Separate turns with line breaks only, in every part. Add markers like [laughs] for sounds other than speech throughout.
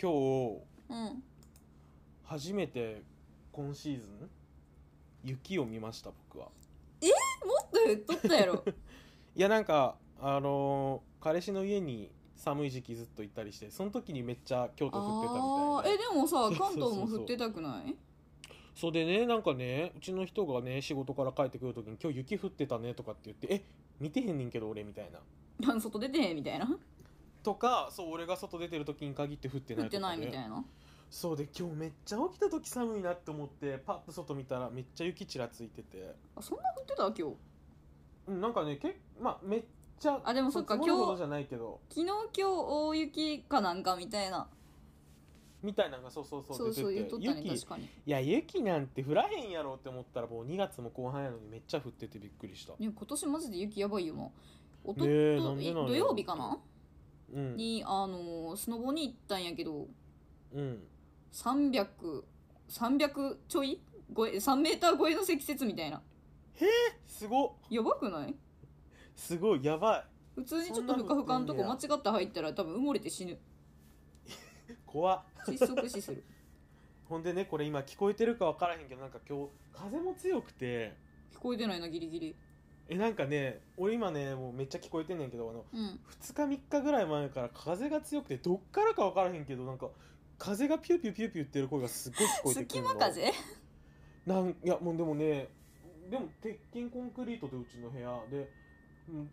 今日
うん
[laughs] 初めて今シーズン雪を見ました僕は
もっと言っとったやろ
いやなんかあのー彼氏の家に寒い時期ずっと行ったりしてその時にめっちゃ京都降ってたみ
ああ
たい
え
で
でもさ
そうそう
関
そう
東も降ってたくない
それでねなんかねうちの人がね仕事から帰ってくる時に「今日雪降ってたね」とかって言って「え見てへんねんけど俺」みたいな
あの外出てへんみたいな
とかそう俺が外出てる時に限って降って
降
ない
っ
と
てな
か
い
ね
みたいな
そうで今日めっちゃ起きた時寒いなって思ってパッと外見たらめっちゃ雪ちらついてて
あそんな降ってた今日
うんなんかねけまあめっちゃ
あでもそっか
積もるほど
今日
じゃないけど
昨日今日大雪かなんかみたいな
みたいなのがそうそうそう
そうそう
出
言ってと
て
ったね
雪
確かに
いや雪なんて降らへんやろって思ったらもう2月も後半やのにめっちゃ降っててびっくりした
いや今年マジで雪やばいよなおと
ねえな
と
んで
え
なんやろ
土曜日かな
うん
にあのースノボに行ったんやけど
うん
300300ちょい超え3メーター超えの積雪みたいな
すご
やばくない
すごいやば
普通にちょっとふかふかのとこ間違って入ったら多分埋もれて死ぬ
い怖っ
窒息死する
ほんでねこれ今聞こえてるか分からへんけどなんか今日風も強くて
聞こえてないなギリギリ
えなんかね俺今ねもうめっちゃ聞こえてんねんけどあの
うん
2日3日ぐらい前から風が強くてどっからか分からへんけどなんか風がピューピューピューピュー言ってる声がすっごい聞こえてく
隙
るの
間風
なんいやもうでもねでも鉄筋コンクリートでうちの部屋で、うん、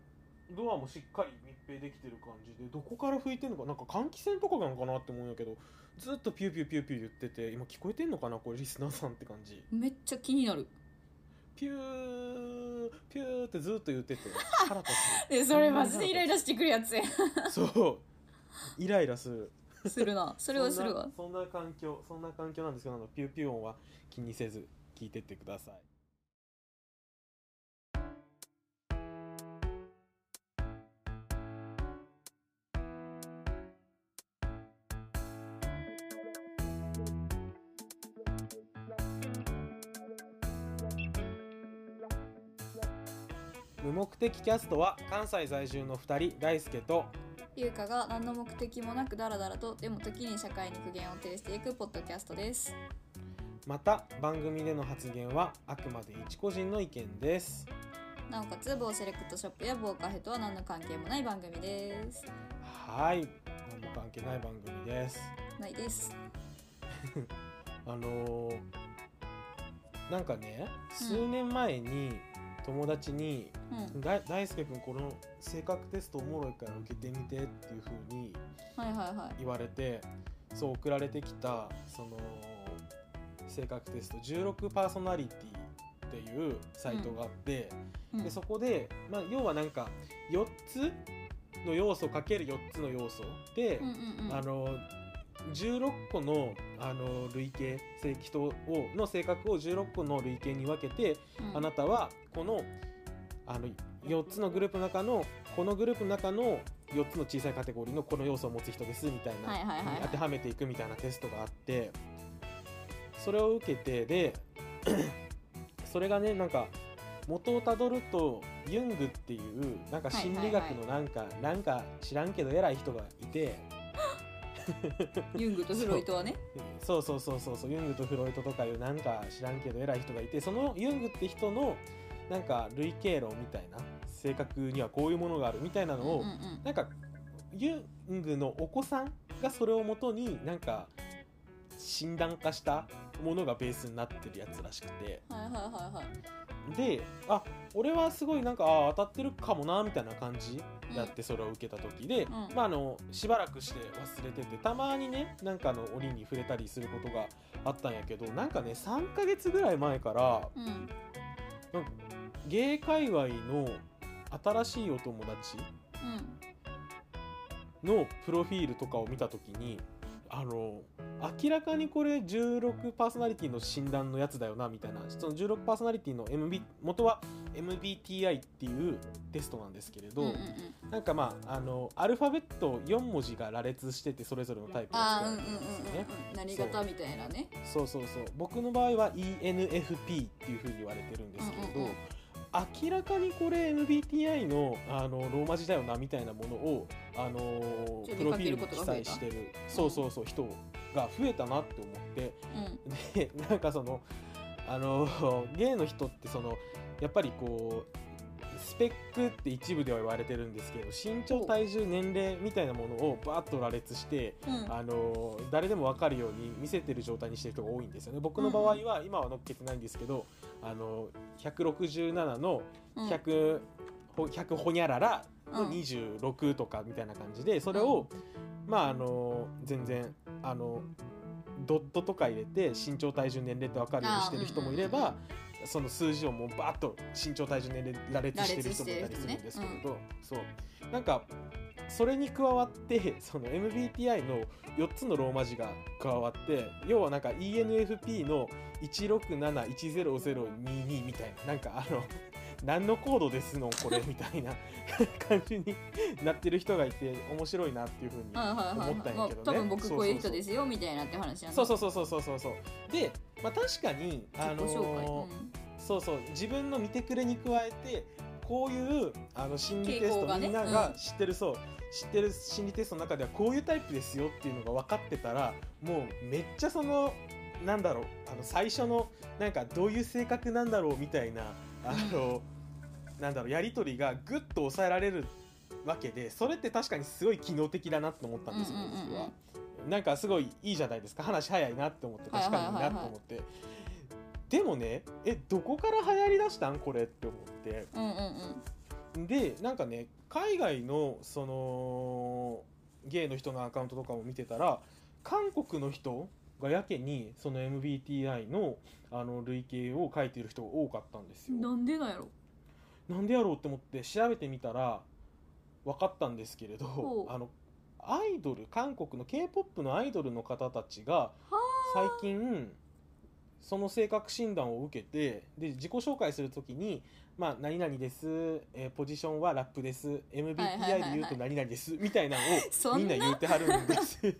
ドアもしっかり密閉できてる感じでどこから吹いてんのかなんか換気扇とかなのかなって思うんやけどずっとピューピューピューピュー言ってて今聞こえてんのかなこれリスナーさんって感じ
めっちゃ気になる
ピューピューってずっと言ってて腹立
えそれマジでイライラしてくるやつや
つそうイライラする
するなそれはするわ
そんなそんな環境そんな環境なんですけどあのピューピュー音は気にせず聞いてってください無目的キャストは関西在住の2人大輔と
ゆうかが何の目的もなくダラダラとでも時に社会に苦言を呈していくポッドキャストです
また番組での発言はあくまで一個人の意見です
なおかつ某セレクトショップや某カフェとは何の関係もない番組です
はい何も関係ない番組です
ないです
あのーなんかね数年前に友達に
うん
「だ大輔君この性格テストおもろいから受けてみて」っていう風に
はいはいはい
言われてそう送られてきたその性格テスト16パーソナリティっていうサイトがあって、
うん
でそこで、まあ、要はなんか4つの要素かける4つの要素で、
うんうんうん
あの16個のあの類型性人をの性格を16個の類型に分けて、
うん
あなたはこのあの4つのグループの中のこのグループの中の4つの小さいカテゴリーのこの要素を持つ人ですみたいな、
はいはいはいはい
に当てはめていくみたいなテストがあってそれを受けてで [clears throat] それがねなんか元をたどるとユングっていうなんか心理学のなんか、なんか知らんけど偉い人がいて。
ユングとフロイトはね
そうそうそうそうそうユングとフロイトとかいうなんか知らんけど偉い人がいてそのユングって人のなんか類型論みたいな性格にはこういうものがあるみたいなのを、
うんうん
なんかユングのお子さんがそれをもとになんか診断化したものがベースになってるやつらしくて
うんはいはいはいはい
であ俺はすごいなんかあ当たってるかもなみたいな感じやってそれを受けた時で、
うん
まあ、あのしばらくして忘れててたまにねなんかの折に触れたりすることがあったんやけどなんかね3ヶ月ぐらい前から
うん
なんか芸界隈の新しいお友達
うん
のプロフィールとかを見た時にあの明らかにこれ16パーソナリティの診断のやつだよなみたいなその16パーソナリティの MB 元は MBTI っていうテストなんですけれど、
うんうんうん
なんかまああのアルファベット4文字が羅列しててそれぞれのタイプが
あー
作
うん
られてる
うんうんう
で
ん
すよね。
んうん何型みたいなね
そうそうそう僕の場合は ENFP っていうふうに言われてるんですけれど、
うんうんうん
明らかにこれ MBTI のあのローマ字だよなみたいなものをあの
ちょっと
プロフィール
見
に
か
記
けることが増え
載
た
してるそうそうそう人が増えたなって思って
うん
でなんかそのあのゲイの人ってそのやっぱりこうスペックって一部では言われてるんですけど身長体重年齢みたいなものをバーッと羅列して
うん
あの誰でも分かるように見せてる状態にしてる人が多いんですよね僕の場合は今は乗っけてないんですけど、あの167の
うん
100、ほ100ほにゃらら
う
の
ん
26とかみたいな感じでそれを、まああの全然あのドットとか入れて身長体重年齢って分かるようにしてる人もいれば、
あーうん
その数字をもうバーッと身長体重年齢羅列してる人もいたりするんですけれど、そうなんかそれに加わってその MBTI の4つのローマ字が加わって要はなんか ENFP の167100022みたいななんかあの [laughs] 何のコードですのこれみたいな [laughs] 感じになってる人がいて面白いなっていうふうに
うんはいはい
思ったん
は
やけ
い
どね
多分僕こういう人ですすよみたいなって話なん
そうそうそうそうそうそうそうで、まあ、確かにあ
自己
の
紹介、
ー
うん
そうそう自分の見てくれに加えてこういうあの心理テ
傾
ス
向
ト、
がね
みんなが知ってるそう知ってる心理テストの中ではこういうタイプですよっていうのが分かってたらもうめっちゃそのなんだろうあの最初のなんかどういう性格なんだろうみたいなあのなんだろうやり取りがぐっと抑えられるわけでそれって確かにすごい機能的だなと思ったんですよ、
うんうんうんうん
僕は。なんかすごいいいじゃないですか話早いなって思って
はいは
確
いは
か
いは
にいい
い
なと思って、でもねえどこから流行りだしたんこれって思って
うんうん
でなんかね海外のそのゲイの人のアカウントとかも見てたら韓国の人がやけにその MBTI のあの類型を書いてる人が多かったんです
う
よ
んなんでなんやろ
なんでやろうって思って調べてみたら分かったんですけれど
ほう
あのアイドル韓国の k p o p のアイドルの方たちが
は
最近その性格診断を受けてで自己紹介するときに「まあ、何々です、えーポジションはラップです
はいはいはい
MBTI で
はい
言うと何々です」みたいなの
そ
を
ん
み
なん
な言ってはるんですよね。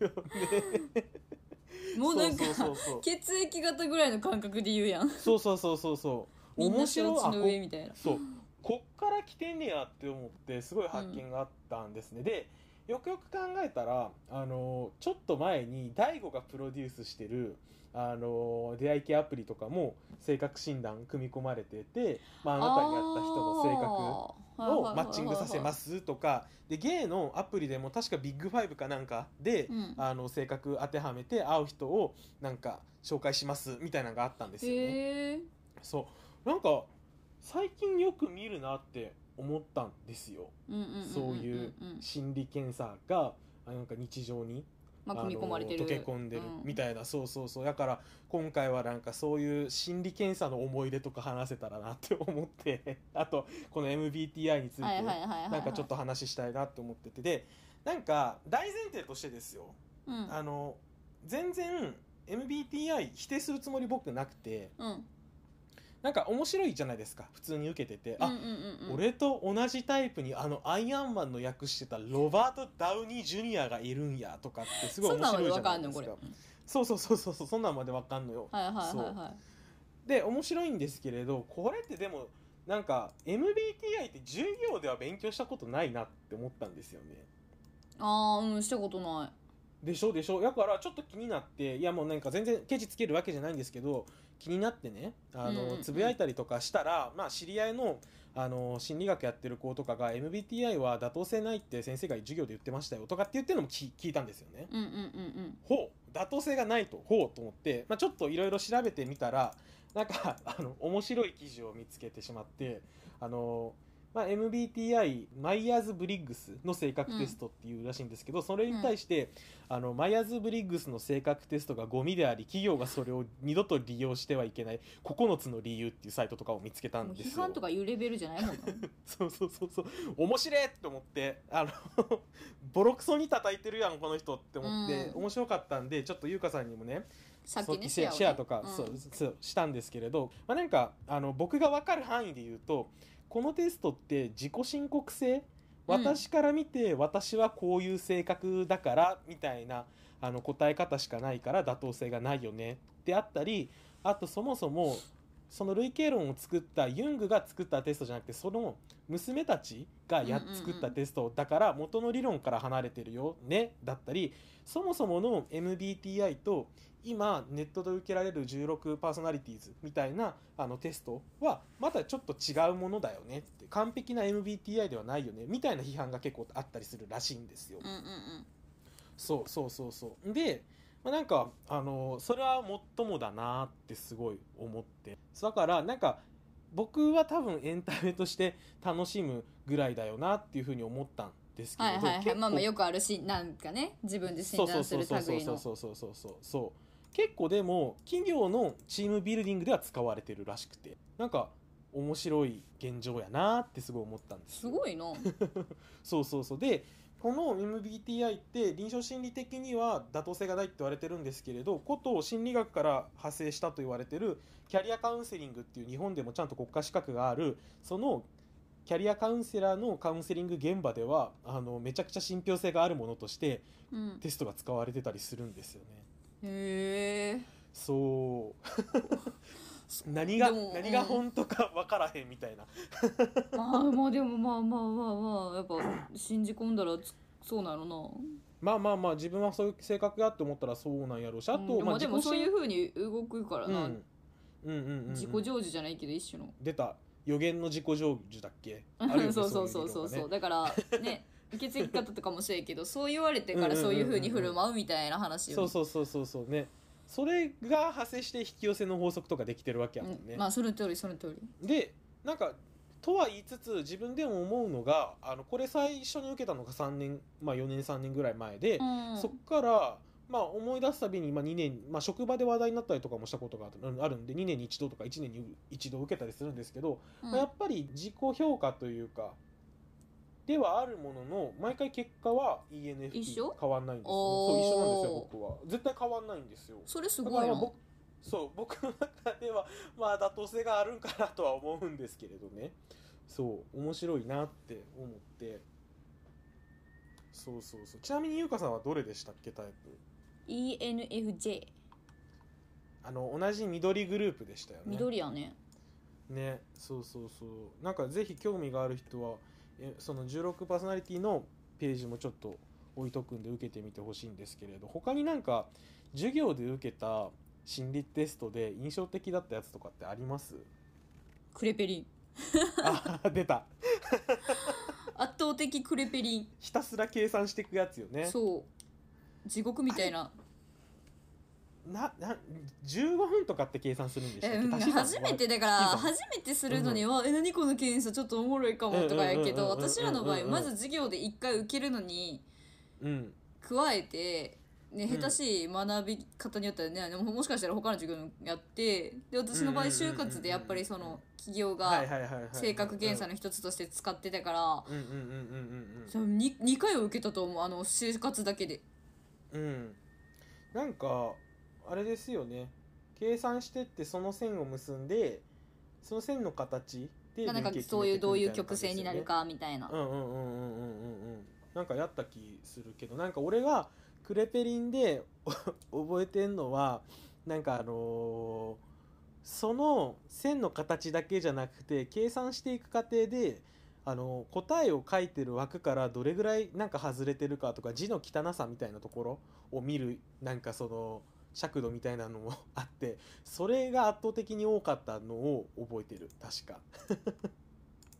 [laughs] もうなんか
そうそうそう
血液型ぐらいの感覚で言う
[laughs]
やん
そうそうそうそうそう
みんな
面白
承
い
知
あ
の
こ
上みたいな
そうこっから来てんねやって思ってすごい発見があったんですね、でよくよく考えたらあのちょっと前に DAIGO がプロデュースしてるあの出会い系アプリとかも性格診断組み込まれてて、まあ、あなたに合った人の性格
格、
をマッチングさせますすとかでゲイのアプリでも確かビッグファイブかなんかで、
うん、
あの性格当てはめて会う人をなんか紹介しますみたいなのがあったんですよね。
へえ
そうなんか最近よく見るなって思ったんですよそういう心理検査があなんか日常に、
まあ組み込まれてる
あの溶け込んでるみ
た
たいな、そうそうそうだから今回はなんかそういう心理検査の思い出とか話せたらなって思って [laughs] あとこの MBTI について、
はいはいはいはいはい
なんかちょっと話したいなって思っててでなんか大前提としてですよ
うんうん
あの全然 MBTI 否定するつもり僕なくてなんか面白いじゃないですか普通に受けてて、
うん
あ
うんうん
俺と同じタイプにあのアイアンマンの役してたロバート・ダウニー・ジュニアがいるんやとかってすごい
そん
面
なんま
白
で
いじゃ
わ
な
か
い
ん
で
の
す
これ
か
はい
そうそうそうそうそうそんなんまでわかんのよ
はいはいは
で面白いんですけれどこれってでもなんか MBTI って授業では勉強したことないなって思ったんですよね
いああーうんしたことな
でしょでしょだからちょっと気になっていやもうなんか全然ケチつけるわけじゃないんですけど気になってねあ
うんうん
の
うん
つぶやいたりとかしたら、まあ、知り合いのあの心理学やってる子とかが MBTI は妥当性ないって先生が授業で言ってましたよとかって言ってるのも聞聞いたんですよね。
いうんうんうん
ほう妥当性がないとほうと思って、まあ、ちょっといろいろ調べてみたらなんか [laughs] あの面白い記事を見つけてしまってあの、まあ、MBTI マイヤーズ・ブリッグスの性格テストっていうらしいんですけど、それに対して、あのマイヤーズ・ブリッグスの性格テストがゴミであり企業がそれを二度と利用してはいけない9つの理由っていうサイトとかを見つけた
うんも
ん
う
です
批
よ
判。とかいうレベルじゃないも
[laughs]
んな
そうそうそうそう面白いと思ってあの [laughs] ボロクソに叩いてるやんこの人って思って、
うん
面白かったんでちょっと優香さんにもね
さっきね
シェア
をね
シェアとか、
うん
そうそうしたんですけれど、まあ、なんかあの僕が分かる範囲で言うとこのテストって自己申告制私から見て私はこういう性格だからみたいなあの答え方しかないから妥当性がないよねであったりあとそもそもその類型論を作ったユングが作ったテストじゃなくてその娘たちがや
うんうんうん
作ったテストだから元の理論から離れてるよねだったりそもそもの MBTI と今ネットで受けられる16パーソナリティーズみたいなあのテストはまたちょっと違うものだよねって完璧な MBTI ではないよねみたいな批判が結構あったりするらしいんですよ。
うんうんうん
そうそうそうそうで、まあ、なんかあのそれはもっともだなってすごい思ってだからなんか僕は多分エンタメとして楽しむぐらいだよなっていうふうに思ったんですけ
はい
れど
はいはい
結構
まあまあよくあるしなんかね自分で
そ
診
うそ
断
う
す
そうそうそう
る類
そう
の
そうそうそうそう結構でも企業のチームビルディングでは使われてるらしくてなんか面白い現状やなってすごい思ったんです
すごいの
そうそうそうでこの MBTI って臨床心理的には妥当性がないって言われてるんですけれどことを心理学から派生したと言われてるキャリアカウンセリングっていう日本でもちゃんと国家資格があるそのキャリアカウンセラーのカウンセリング現場ではあのめちゃくちゃ信憑性があるものとして
うん
テストが使われてたりするんですよね。
へえ
そう
[laughs]
何
で
が
も
何が
うん
本当か分からへんみたいな
まあまあでもまあまあまあまあやっぱ信じ込んだらつそうなのな
まあまあまあ自分はそういう性格やって思ったらそうなんやろうしあと、
うんまあ
自
で
己
もそう
信
いうふうに動くからな、
うん、うんうんうんうん
自己成就じゃないけど一種の
出た予言の自己成就だっ
[laughs]
け
そうそうそうそうそうだからね受け継ぎ方とかもそうやけどそう言われてからそういうふうに振る舞うみたいな話
う
よ
そうそうそうそうそうねそれが派生して引き寄せの法則とかできてるわけやもん
う
ね、
んまあその通りその通り
でなんかとは言いつつ自分でも思うのがあのこれ最初に受けたのが3年まあ4年3年ぐらい前で、
うん
そっからまあ思い出すたびに、まあ、2年、まあ、職場で話題になったりとかもしたことがあるうんあるんで2年に1度とか1年に1度受けたりするんですけど、
うん
まあやっぱり自己評価というかではあるものの毎回結果は ENFP
一緒
変わんないんですよ
お
そう
ー
一緒なんですよ僕は絶対変わんないんですよ
それす
だ
ご
か
い
ら
な
僕そう僕の中ではまあ妥当性があるんかなとは思うんですけれどねそう面白いなって思ってそうそうそうちなみに優香さんはどれでしたっけタイプ
ENFJ
あの同じ緑グループでしたよね
緑やね
ねそうそうそうなんかぜひ興味がある人はえその16パーソナリティのページもちょっと置いとくんで受けてみてほしいんですけれど他になんか授業で受けた心理テストで印象的だったやつとかってあります
クレペリン
あ出た
圧倒的クレペリン
ひたすら計算していくやつよね
そう地獄みたいな
なな15分とかって計算するんでしたっ
え
け、
うん
足し算
初めてだから
足し算
初めてするのには「え何この検査ちょっとおもろいかも」とかやけ
う
ど
んうんうんうんうんうん
私らの場合まず授業で一回受けるのに
うん
加えて、ね、
うん
下手しい学び方によってはねでももしかしたら他の授業もやってで私の場合
うんうんうんうんうん
就活でやっぱりその企業
はい
が
はいはいはい
性格検査
の
の一つとして使ってたから
うんうんうんうんうん
そう 2, 2回は受けたと思うあの就活だけで。
うん、なんかあれですよね計算してってその線を結んでその線の形で
なんか
連携
そうい
決め
う
てく
どういう
みたな
曲
感じで
線
す
に
よ
なるかみたいな
ね、うんうんうんうんうんうんうんなんかやった気するけどなんか俺がクレペリンで [laughs] お覚えてんのはなんかあのーその線の形だけじゃなくて計算していく過程であのー答えを書いてる枠からどれぐらいなんか外れてるかとか字の汚さみたいなところを見るなんかその尺度みたいなのもあってそれが圧倒的に多かったのを覚えてる確か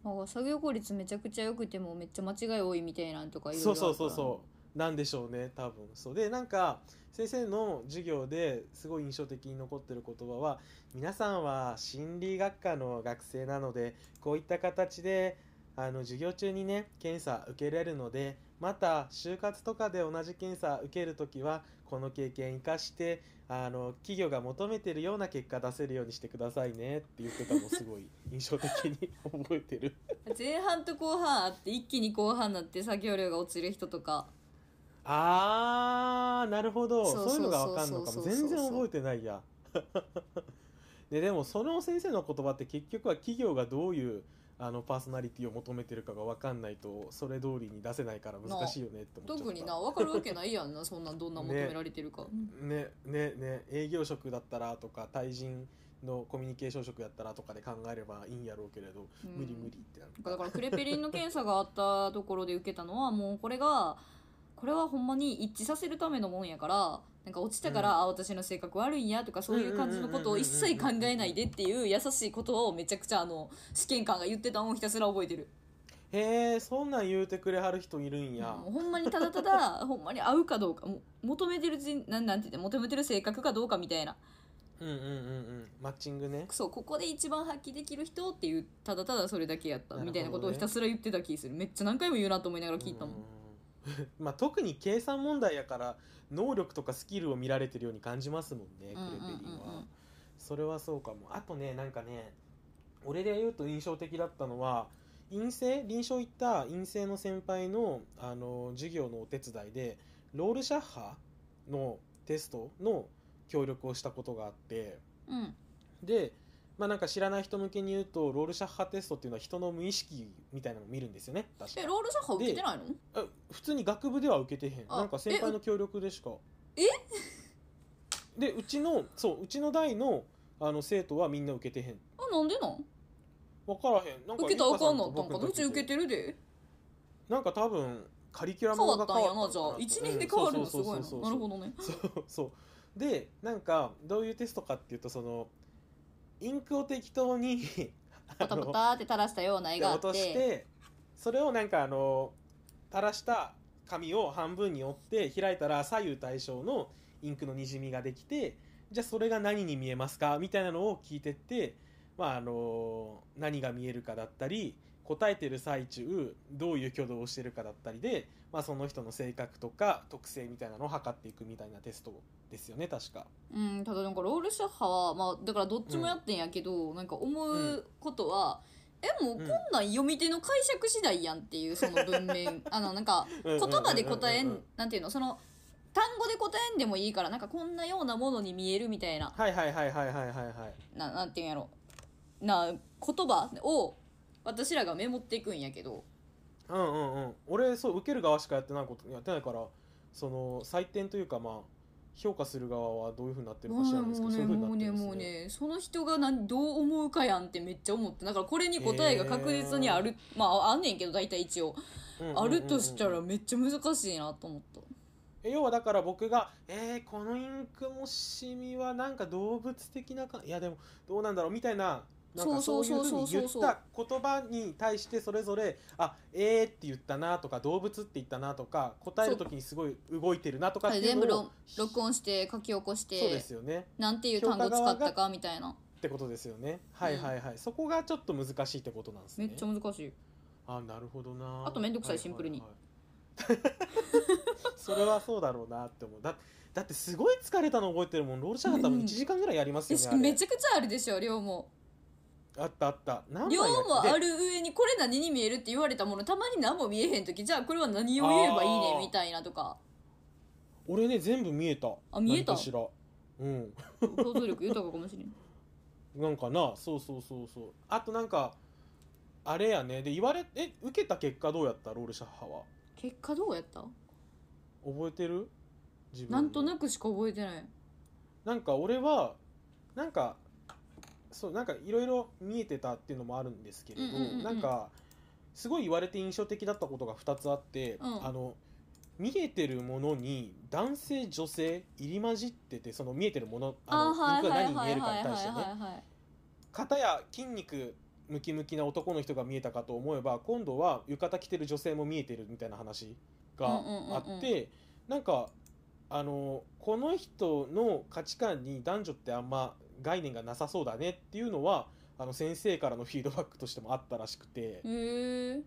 なんか作業効率めちゃくちゃ良くてもめっちゃ間違い多いみたいなんとかいろいろ
そうそうそうそうなんでしょうね多分そうでなんか先生の授業ですごい印象的に残ってる言葉は「皆さんは心理学科の学生なのでこういった形であの授業中にね検査受けれるのでまた就活とかで同じ検査受けるときはこの経験生かしてあの企業が求めてるような結果出せるようにしてくださいね」って言ってたのをすごい印象的に [laughs] 覚えてる
前半と後半あって一気に後半になって作業量が落ちる人とか
あーなるほど
そうそう
そういうのがわかんのか
そ
も
うそうそ
全
う
然覚えてない
[laughs]
やででもその先生の言葉って結局は企業がどういうあのパーソナリティを求めてるかがわかんないとそれ通りに出せないから難しいよねって思っちゃった
特にな分かるわけないやんなそんなんどんな求められてるか、
ねねね営業職だったらとか対人のコミュニケーション職やったらとかで考えればいいんやろうけれど、
うん
無理無理ってなる
だからクレペリンの検査があったところで受けたのはもうこれがこれはほんまに一致させるためのもんやからなんか落ちたから、
うん
あ私の性格悪いんやとかそういう感じのことを一切考えないでっていう優しい言葉をめちゃくちゃあの試験官が言ってたのをひたすら覚えてる
へえそんなん言うてくれはる人いるんや、
もうほんまにただ [laughs] ただほんまに合うかどうかもう求めてる人なんなんて言って求めてる性格かどうかみたいな
うん、うんうんうんマッチングね
そうここで一番発揮できる人っていうただただそれだけやったみたいなことをひたすら言ってた気するめっちゃ何回も言うなと思いながら聞いたもん
うん [laughs] まあ特に計算問題やから能力とかスキルを見られてるように感じますもんねクレペリンは、
うんうんうんうん
それはそうかもあとねなんかね俺で言うと印象的だったのは陰性臨床行った陰性の先輩のあの授業のお手伝いでロールシャッハのテストの協力をしたことがあって
うん
でまあなんか知らない人向けに言うとロールシャッハテストっていうのは人の無意識みたいなのを見るんですよね確か
えロールシャッハ受けてないの
あ普通に学部では受けてへん
あ
なんか先輩の協力でしか
え
[laughs] でうちのそううちの代のあの生徒はみんな受けてへん
あなんでなん
分からへんなんか
受けたらあかんな
ゆ
っ
か
た
さと僕
んか
の
なう
時
ち受けてるで
なんか多分カリキュラ
変
ムが
わったんやなじゃ
変
あ
わったのかなと
1年で変わる
う
の
ん
す
そうそ
ごいうな
そうそう
なるほどね
そうそうでなんかどういうテストかっていうとそのインクを適当に
パタパタって垂らしたような絵があっ
落
て
としてそれをなんかあの垂らした紙を半分に折って開いたら左右対称のインクのにじみができてじゃあそれが何に見えますかみたいなのを聞いてって、まあ、あの何が見えるかだったり答えてる最中どういう挙動をしてるかだったりで、まあ、その人の性格とか特性みたいなのを測っていくみたいなテストですよね確か。
うんただなんかロールシャッハはまあだからどっちもやってんやけど、なんか思うことは、えもうこんなん読み手の解釈次第やんっていうその文
[laughs]
面あのなんか
言
言葉で答え
うん
なんていうのその単語で答えんでもいいからなんかこんなようなものに見えるみたいな
はいはいはいはいはいはいはい。
ななんていうんやろな言葉を私らがメモっていくんやけど
うんうんうん俺そう受ける側しかやってないことやってないからその採点というかまあ評価する側はどういうふうになってる
も
か
う
知
ね
らないですけ
も
ど
う
そうい
ね
うふうになっ
も
てるんです
うねもう
ね
ねその人が何どう思うかやんってめっちゃ思ってだからこれに答えが確実にある、まああんねんけど大体一応
うんうんうんうん
あるとしたらめっちゃ難しいなと思った。
え要はだから僕が「えー、このインクのシミはなんか動物的なかいやでもどうなんだろう」みたいななんかそ
そう
いう
うそう
ふう
そ
に
うそ
言
う
っ
そう
た言葉に対してそれぞれ「あえー」って言ったなとか「動物って言ったな」とか答える時にすごい動いてるなとかっていう
全部
のを
ろ録音して書き起こし
そうで
て
すよね
なんていう単語使ったかみたいな
ってことですよねはいはいはい、そこがちょっと難しいってことなんです
め
ね
っちゃ難しい
あなるほどな
あとめんどくさい
ははは
シンプルに
[laughs] それはそうだろうなって思うだだってすごい疲れたの覚えてるもんロールシャッハ多分
うん
1時間ぐらいやります
え
よね
し
あ
かも
れ
めちゃくちゃあるでしょ量も
あったあった何枚
量もあ
る
る上にこれ何に見えるって言われたものたまに何も見えへん時じゃあこれは何を言えばいい
あ
ね
ー
みたいな
[laughs]
とか
俺ね全部見えた
あ見えた
何かしらうん
想像力豊かかもしれん
なんかなそうそうそうそうあとなんかあれやねで言われえ受けた結果どうやったロールシャッハは
結果どうやった
覚えてる自分の
なんとなくしか覚えてない
なんか俺はなんかそうなんかいろいろ見えてたっていうのもあるんですけれど、
うんうんうんうん
なんかすごい言われて印象的だったことが2つあって、
うん
あの見えてるものに男性女性入り混じっててその見えてるものあの
あはい
肉が
はい
何に
はい
見
はい
えるか
は
に
い
対してね
はいはい
肩や筋肉ムキムキな男の人が見えたかと思えば今度は浴衣着てる女性も見えてるみたいな話が
うんうんうんうん
あって、なんかあのこの人の価値観に男女ってあんま概念がなさそうだねっていうのはあの先生からのフィードバックとしてもあったらしくて、
へえ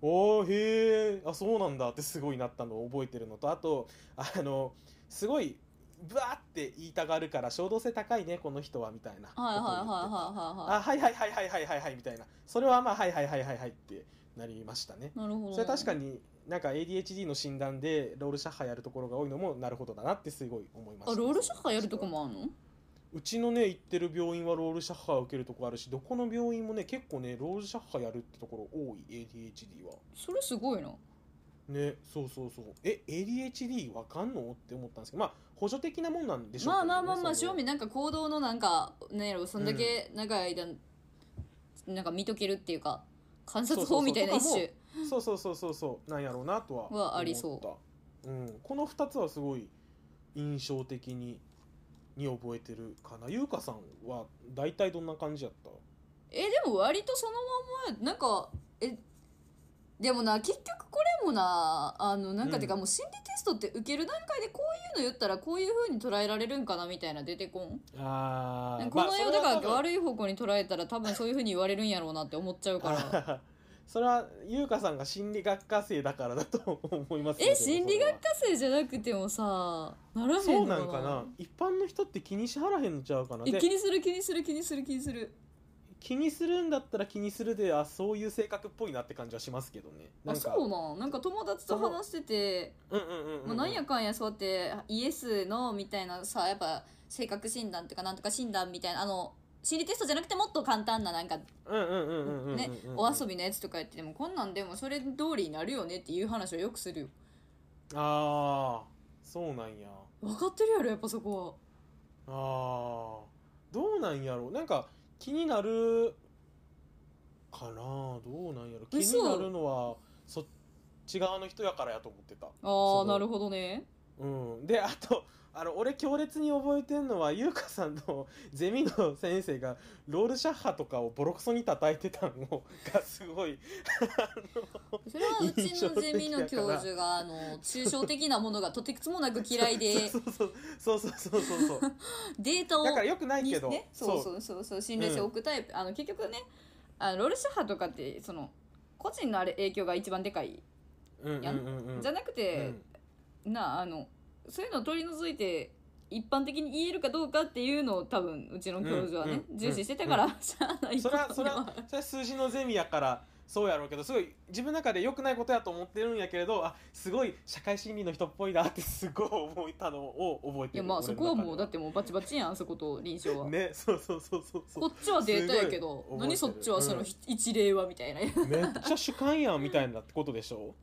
おーへえあそうなんだってすごいなったのを覚えてるのとあとあのすごいブワーって言いたがるから衝動性高いねこの人はみたいなことを
はいはいは
言
い
ってた
はいはい
あはいはいはいはいはいはいはいみたいなそれはまあはいはいはいはいはいってなりましたね
なるほどね
それ確かになんか ADHD の診断でロールシャッハやるところが多いのもなるほどだなってすごい思いまし
あ
た
ロールシャッハやるとこもあるの
うちのね行ってる病院はロールシャッハ受けるとこあるしどこの病院もね結構ねロールシャッハやるってところ多い ADHD は
それすごいな
ねそうそうそうえ ADHD わかんのって思ったんですけどまあ補助的なもんなんでしょう
まあ
けどね
まあまあまあ
それは
正味なんか行動のなんかねそんだけ長い間、なんか見とけるっていうか観察
そうそうそ
法
う
みたいな
と
一
かも
種
そうそうそうそうそうなんやろうなとは、
はありそう
うん、この2つはすごい印象的にに覚えてるかな優香さんは大体どんな感じやった
えでも割とそのまんまやなんかえでもな結局これもなあのなんか、
うん
てかもう心理テストって受ける段階でこういうの言ったらこういう風に捉えられるんかなみたいな出てこん
あ
この世だから
い
悪い方向に捉えたら多分そういう風に言われるんやろうなって思っちゃう
[laughs]
から
それは優香さんが心理学科生だからだと思います
え心理学科生じゃなくてもさならへんの
生そうなんかな一般の人って気にしはらへんのちゃうかな
え
で
気にする気にする気にする気にする
気にするんだったら気にするであそういう性格っぽいなって感じはしますけどねな
あ
んか
そうなんなんか友達と話してて、
うんうんうんうん、
まあ、なんやかんやそうやってイエスのみたいなさやっぱ性格診断とかなんとか診断みたいなあの心理テストじゃなくてもっと簡単ななんか
うんうんうんうんうんうんうん
ねお遊びのやつとかやっててもこんなんでもそれ通りになるよねっていう話をよくするよ
ああそうなんや
分かってるやろやっぱそこ
あ
は
ーどうなんやろうなんか気になるかなどうなんやろ気
嘘
になるのはそっち側の人やからやと思ってた
あ
そ
あ
の
なるほどね
うんであとあの俺強烈に覚えてんのは優香さんのゼミの先生がロールシャッハとかをボロクソに叩いてたのがすごい
それはうち
印象
の
的
ゼミの教授があの抽象的なものがとてつもなく嫌い
[laughs]
で
そうそうそうそうそうそうそう
[laughs] データを
だからよくない
に
けど、
ね、そうそうそうそう信頼性を置くタイプ、あの結局ねあのロールシャハとかってその個人のあれ影響が一番でかい、
うんうんうんうん
じゃなくて、なああのそういうのを取り除いて一般的に言えるかどうかっていうのを多分うちの教授はね、
うんうん
重視してたから、
う
しゃあない
それは
こと
そ
で
れは
はある
それは数字のゼミやからそうやろうけどすごい自分の中で良くないことやと思ってるんやけれどあすごい社会心理の人っぽいなってすごい思ったのを覚えてる
いやまあそこはもうだっててもうバチバチやんそこと臨床は、
ねそうそうそうそうそ
こっちはデータやけど
すごい覚えてる
何そっちはその、
うん
一例はみたいな
うめっちゃ主観やんみたいなってことでしょ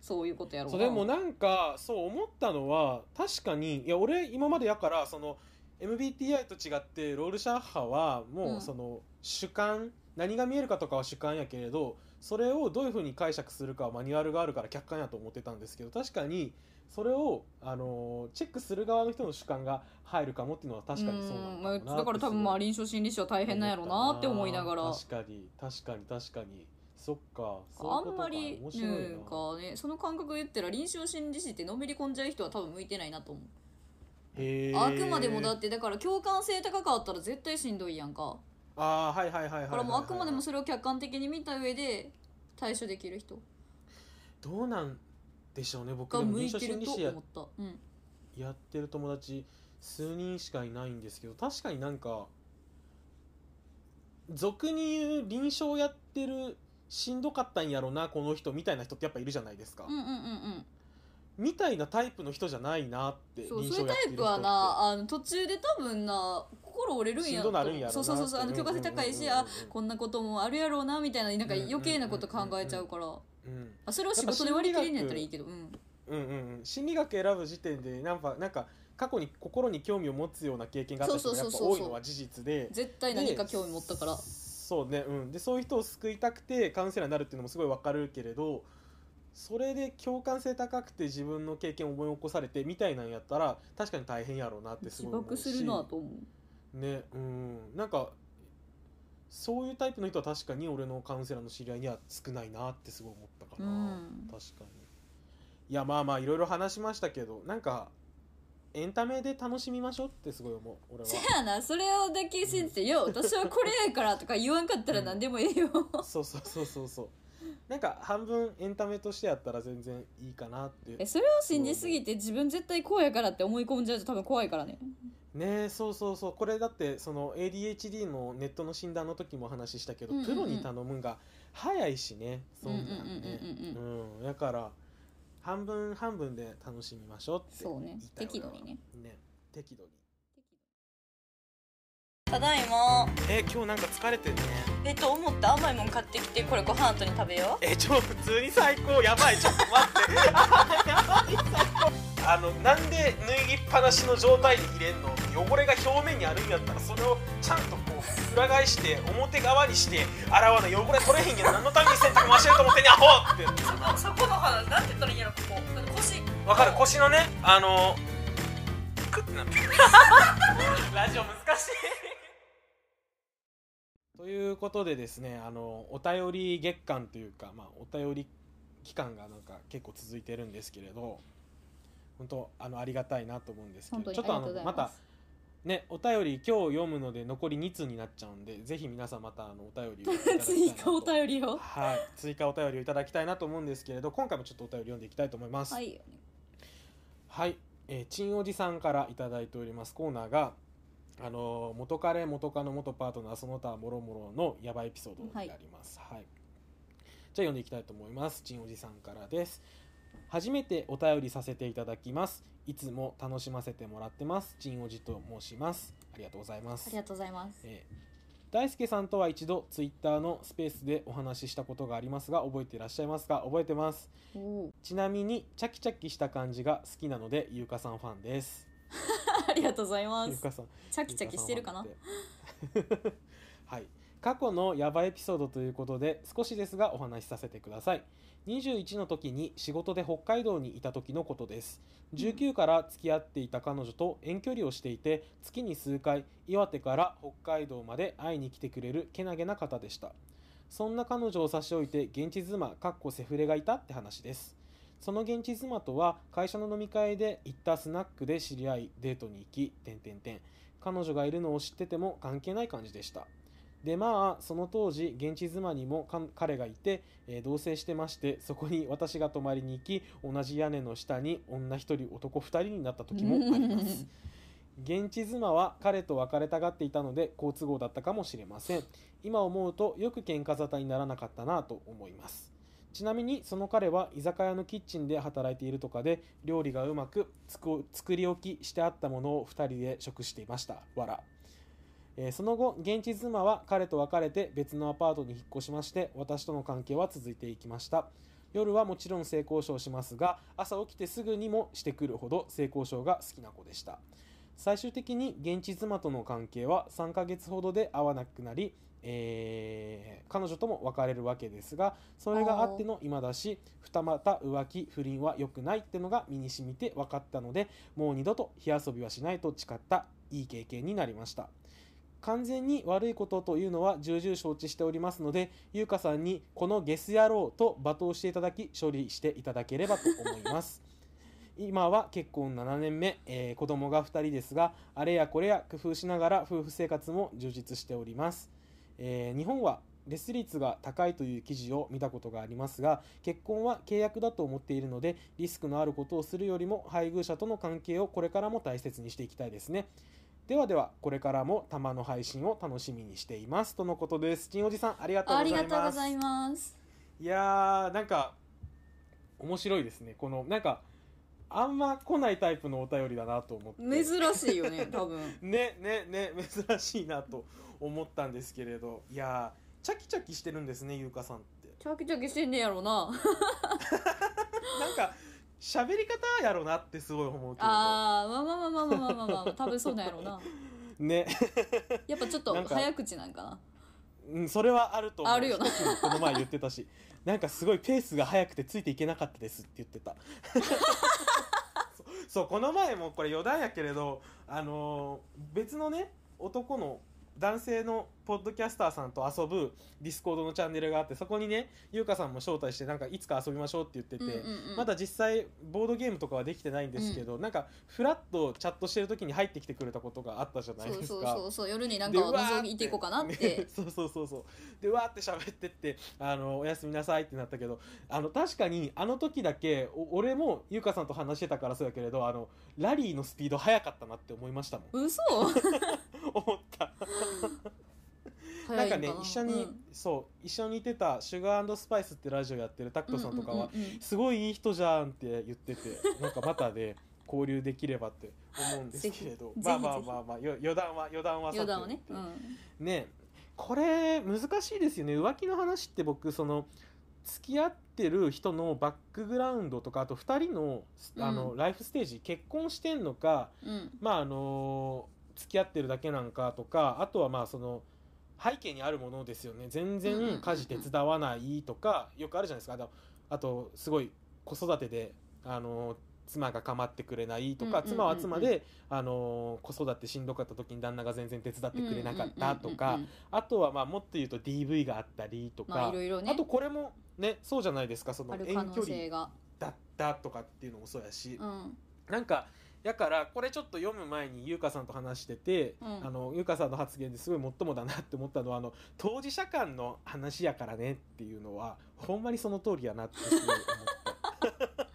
そういうことやろう
そうでもなんかそう思ったのは確かにいや俺今までやからその MBTI と違ってロールシャッハは
う
も
ん
うその主観、何が見えるかとかは主観やけれどそれをどういうふうに解釈するかはマニュアルがあるから客観やと思ってたんですけど確かにそれを、あのーチェックする側の人の主観が入るかもっていうのは確かにそうな
うんんま
だ
あ
ろうな
だから多分まあ
り
臨床心理士は大変なんやろうなって思いながら
確かに確かに確かにそっか
あ
そういうこと
ん
か
まり
面白いな
なんかねその感覚で言ったら臨床心理士ってのめり込んじゃう人は多分向いてないなと思う、
へー
あくまでもだってだから共感性高かったら絶対しんどいやんか
ああはいはいはいはいはいはいはい
だからもうあくまでもそれを客観的に見た上で対処できる人
どうなんでしょうね僕
が
でも
向
臨
い
床
てる
心理
と
士や
思った、うん、
やってる友達数人しかいないんですけど確かになんか俗に言う臨床やってるしんどかったんやろなこの人みたいな人ってやっぱいるじゃないですか、
うんうんうんうん
みたいなタイプの人じゃないなって
そう
臨
そうい
床
う
や
タ
ってる人
イ
って
プはなあの途中で多分な心折れるんやと思
しんどなるんやろな
そうそうそうそうあの
うん
共感性高いしあこんなこともあるやろうなみたいななんか
うんうんうん
余計なこと考えちゃうから
うん
あそれを仕事で割り切れんのやったらいいけどうん
うんうんうん、心理学選ぶ時点でなんかなんか過去に心に興味を持つような経験があった人がやっぱ
そうそ
多
うそう
い
そう
のは事実で
絶対何か興味持ったから
でそうねうんでそういう人を救いたくてカウンセラーになるっていうのもすごいわかるけれどそれで共感性高くて自分の経験を思い起こされてみたいなんやったら確かに大変やろうなってす
自
ごい思う
爆
し
するなと思う
ねうんなんかそういうタイプの人は確かに俺のカウンセラーの知り合いには少ないなってすごい思ったかな、
うん
確かにいやまあまあいろいろ話しましたけどなんかエンタメで楽しみましょうってすごい思う俺は
せやなそれをだけ信じて「よ私はこれやから」とか言わんかったら何でもええよ [laughs]
そうそうそうそうそうなんか半分エンタメとしてやったら全然いいかなって
えそれを信じすぎて自分絶対こうやからって思い込んじゃうと多分怖いからね
ねえそうそうそうこれだってその ADHD のネットの診断の時も話したけど、
うんうんうん
プロに頼むんが早いしねそんなんね
うんうんう
うんだから半分半分で楽しみましょうって
そうね
言いたい
適
俺
度
は
にね
ね適度に
ただいま
え今日なんか疲れてるね
えっと思った甘いもん買ってきてこれご飯後に食べよう
え超普通に最高やばいちょっと待って [laughs] やばい最高あのなんで脱ぎっぱなしの状態で入れんの汚れが表面にあるんやったらそれをちゃんとこう裏返して表側にして洗わない汚れ取れへんやん何のために洗濯回してると思ってんねんアホって
そこそこの話なんて言ったらいいんやろここ腰
わかる腰のねあのクッてなってる [laughs] ラジオ難しい [laughs] ということでですねあのお便り月間というか、まあ、お便り期間がなんか結構続いてるんですけれど本当あのありがたいなと思うんですけ
本
ど
当に
ちょっとあ
あり
の
が
ま
とうござい
た
ます
ねお便り今日読むので残り2通になっちゃうんでぜひ皆さんまたあのお便りをいただきたいなと
[laughs] 追加お便りを
はい追加お便りをいただきたいなと思うんですけれど今回もちょっとお便り読んでいきたいと思います。
はい
はい、えー、ちんおじさんからいただいておりますコーナーが、あのー元カレ元カノ元パートナーその他もろもろのヤバいエピソードになります、はいじゃあ読んでいきたいと思いますちんおじさんからです初めてお便りさせていただきますいつも楽しませてもらってますちんおじと申しますありがとうございます
ありがとうございます
えー大輔さんとは一度ツイッターのスペースでお話ししたことがありますが覚えていらっしゃいますか覚えてます
おお
ちなみにチャキチャキした感じが好きなのでゆうかさんファンです。
ありがとうございま
ゆう
す
かさん。
チャキチャキしてるかな
ゆうかさんファンって [laughs] はい。過去のヤバエピソードということで少しですがお話しさせてください。21の時に仕事で北海道にいた時のことです。19から付き合っていた彼女と遠距離をしていて月に数回岩手から北海道まで会いに来てくれるけなげな方でした。そんな彼女を差し置いて現地妻かっこセフレがいたって話です。その現地妻とは会社の飲み会で行ったスナックで知り合いデートに行き点点点彼女がいるのを知ってても関係ない感じでしたでまあその当時現地妻にもか彼がいて、えー同棲してましてそこに私が泊まりに行き同じ屋根の下に女1人男2人になった時もあります現地妻は彼と別れたがっていたので好都合だったかもしれません今思うとよく喧嘩沙汰にならなかったなと思いますちなみにその彼は居酒屋のキッチンで働いているとかで料理がうまくつく作り置きしてあったものを2人で食していましたわら、えーその後現地妻は彼と別れて別のアパートに引っ越しまして私との関係は続いていきました夜はもちろん性交渉をしますが朝起きてすぐにもしてくるほど性交渉が好きな子でした最終的に現地妻との関係は3ヶ月ほどで会わなくなり、えー彼女とも別れるわけですがそれがあっての今だし二股浮気不倫は良くないってのが身に染みて分かったのでもう二度と火遊びはしないと誓ったいい経験になりました完全に悪いことというのは重々承知しておりますので優香さんにこのゲス野郎と罵倒していただき処理していただければと思います今は結婚7年目、えー子供が2人ですがあれやこれや工夫しながら夫婦生活も充実しております、えー日本はレス率が高いという記事を見たことがありますが結婚は契約だと思っているのでリスクのあることをするよりも配偶者との関係をこれからも大切にしていきたいですねではではこれからも玉の配信を楽しみにしていますとのことですちんおじさんありがとう
あ
ござい
り
ます
がとうございます
いやーなんか面白いですねこのなんかあんま来ないタイプのお便りだなと思って
珍しいよね多分
ねねね珍しいなと思ったんですけれどいやーチャキチャキしてるんですね優香さんって
チャキチャキしてんねやろ
な
な
んか喋り方やろなってすごい思うけれ
あーまあまあまあまあまあまあまあ、まあ、多分そうなんやろうな
どね、
やっぱちょっと早口なんかな
うん、それはあると思う
あるよな
ひと君この前言ってたし [laughs] なんかすごいペースが速くてついていけなかったですって言ってた [laughs] そうそうこの前もこれ余談やけれどあのー別のね男の男性のポッドキャスターさんと遊ぶディスコードのチャンネルがあってそこにね優香さんも招待してなんかいつか遊びましょうって言ってて、
うんうんうん
まだ実際ボードゲームとかはできてないんですけど、なんかフラッとチャットしてる時に入ってきてくれたことがあったじゃない
そう
ですか
そうそうそう夜になん
で
か
うわーっ
覗いていこうかなって
[laughs] そうそうそうそうでうわーって喋ってってあの「おやすみなさい」ってなったけどあの確かにあの時だけお俺も優香さんと話してたからそうやけれどあのラリーのスピード速かったなって思いましたもん [laughs]
嘘
思った
早
なん
い
か
か
ね一緒に、そう一緒にいてた「シュガースパイス」ってラジオやってるタクトさんとかは、
うんうんうんうん
すごいいい人じゃんって言っててなんかまたで交流できればって思うんですけれど
ぜひ
まあまあ
ぜひ
まあまあよ余談は余談はさてお
余
いて
談はね、うん、
ねこれ難しいですよね浮気の話って僕その付き合ってる人のバックグラウンドとかあと2人のあの、
うん
ライフステージ結婚してんのか
うん、
まああの付き合ってるだけなんかとかあとはまあその背景にあるものですよね全
うんうんうんう
然
ん
家事手伝わないとかよくあるじゃないですかあとあとすごい子育てであの妻が構ってくれないとか、
うんうんうんうん
妻は妻であの子育てしんどかった時に旦那が全然手伝ってくれなかったとか、
うんうんうんうん
あとはまあもっと言うと DV があったりとか、
まあいろいろね
あとこれもねそうじゃないですかその
ある
遠
可
距
能
離
性が、
だったとかっていうのもそうやし、
うん、
なんかやからこれちょっと読む前に優香さんと話してて、
うん
あの優香さんの発言ですごいもっともだなって思ったのはあの当事者間の話やからねっていうのはほんまにその通りやなってすごい思った。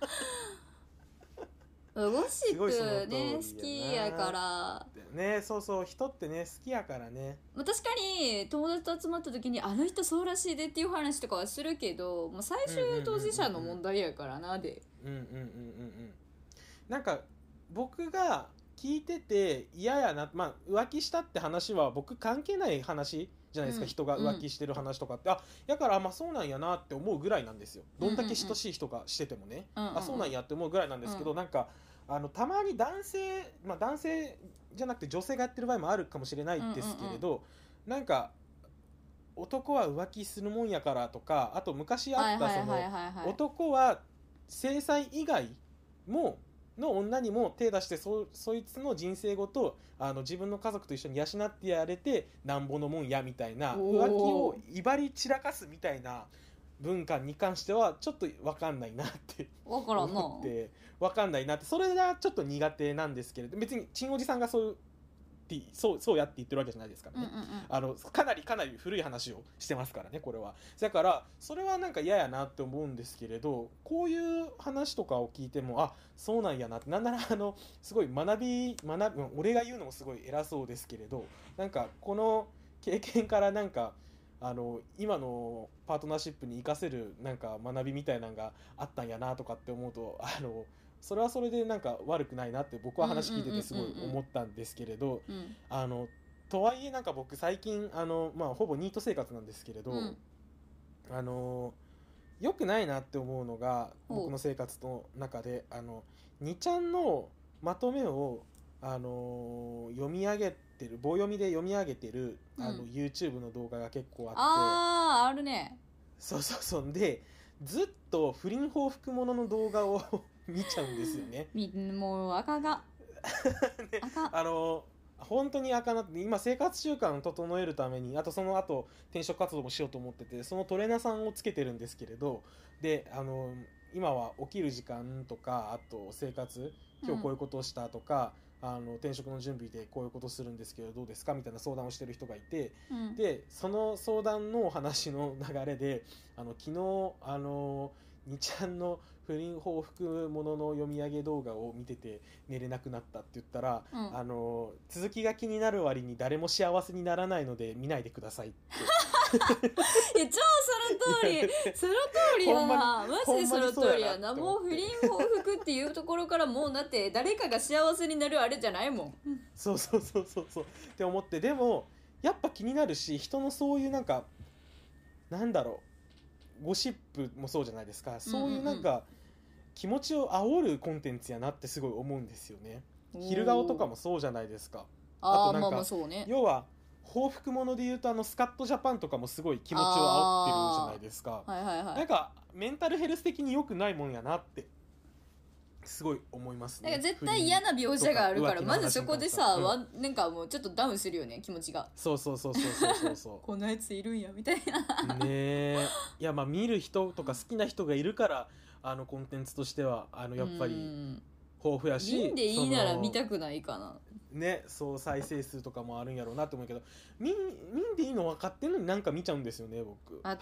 ゴシ
すごいその
ップね
通
好き
りやな
やから
ねそうそう人ってね好きやからね。
まあ確かに友達と集まった時にあの人そうらしいでっていう話とかはするけど、まあ、最終
うんうんうんうん
当事者の問題やからなで
うんうんうんうんうんなんか僕が聞いてて嫌やな、まあ、浮気したって話は僕関係ない話じゃないですか、
うん
人が浮気してる話とかって、あやからあまあそうなんやなって思うぐらいなんですよどんだけ親しい人がしててもね、
うんうんうん
あそうなんやって思うぐらいなんですけど、
う
なんかあのたまに男性、まあ、男性じゃなくて女性がやってる場合もあるかもしれないですけれど、なんか男は浮気するもんやからとかあと昔
は
あ
い
っ
は
た
い
その
はいはいはい
男は制裁以外もの女にも手出してそそいつの人生ごとあの自分の家族と一緒に養ってやれてなんぼのもんやみたいな
おー
浮気を威張り散らかすみたいな文化に関してはちょっと分かんないなって
わからんな
思って分かんないなってそれがちょっと苦手なんですけれど別にちんおじさんがそうってそうそうやって言ってるわけじゃないですから
うん
ね
う。んうん
あのかなりかなり古い話をしてますからねこれはだからそれはなんか嫌やなって思うんですけれどこういう話とかを聞いてもあそうなんやなってなんならあのすごい学び学ぶうん俺が言うのもすごい偉そうですけれどなんかこの経験からなんかあの今のパートナーシップに生かせるなんか学びみたいなのがあったんやなとかって思うとあのそれはそれでなんか悪くないなって僕は話聞いててすごい思ったんですけれど
うん
あのとはいえなんか僕最近あの、まあ、ほぼニート生活なんですけれど、
うん
あのよくないなって思うのが
ほう
僕の生活の中であの2ちゃんのまとめをあの読み上げてる棒読みで読み上げてる、あ
う
の
ん
YouTube の動画が結構あって
あーあるね
そうそうそうでずっと不倫報復ものの動画を [laughs] 見ちゃうんですよね。
みもう
[laughs]
赤が赤
あの本当にあかなって今生活習慣を整えるためにあとその後転職活動もしようと思っててそのトレーナーさんをつけてるんですけれどであの今は起きる時間とかあと生活今日こういうことをしたとか、あの転職の準備でこういうことするんですけどどうですかみたいな相談をしてる人がいて
うん
でその相談のお話の流れであの昨日あのにちゃんの不倫報復ものの読み上げ動画を見てて寝れなくなったって言ったら
うん
あの続きが気になる割に誰も幸せにならないので見ないでくださいって
いや超その通りその通りやなマ
ほんまに
ジでその通りやな
ほんまにそうやなって思って
もう不倫報復っていうところからもうだって誰かが幸せになるあれじゃないもん
[laughs] そうそうそうそうそうって思ってでもやっぱ気になるし人のそういうなんかなんだろうゴシップもそうじゃないですかそういうなんか気持ちを煽るコンテンツやなってすごい思うんですよね [laughs] 昼顔とかもそうじゃないですか
あ
あとな
あ
ん
ま
か
あまあそうね
要は報復もので言うとあのスカットジャパンとかもすごい気持ちを煽ってるじゃないですか
はいはいは
なん
い
かメンタルヘルス的に良くないもんやなってすごい思います
な
ね
んか絶対嫌
不倫
な描写があるから
とか浮気の
まずそこでさ、
話とか
わなんかもうちょっとダウンするよね気持ちが
そうそうそうそうそうそうそ
こんなやついるんやみたいな
う
[laughs]
ねえいやまあ見る人とか好きな人がいるからあのコンテンツとしてはあのやっぱ
う
り
ん
豊富やし
見んでいいなら
その
見たくないかな
ねそう再生数とかもあるんやろうなって思うけど見ん見んでいいの分かってんのになんか見ちゃうんですよね僕
あ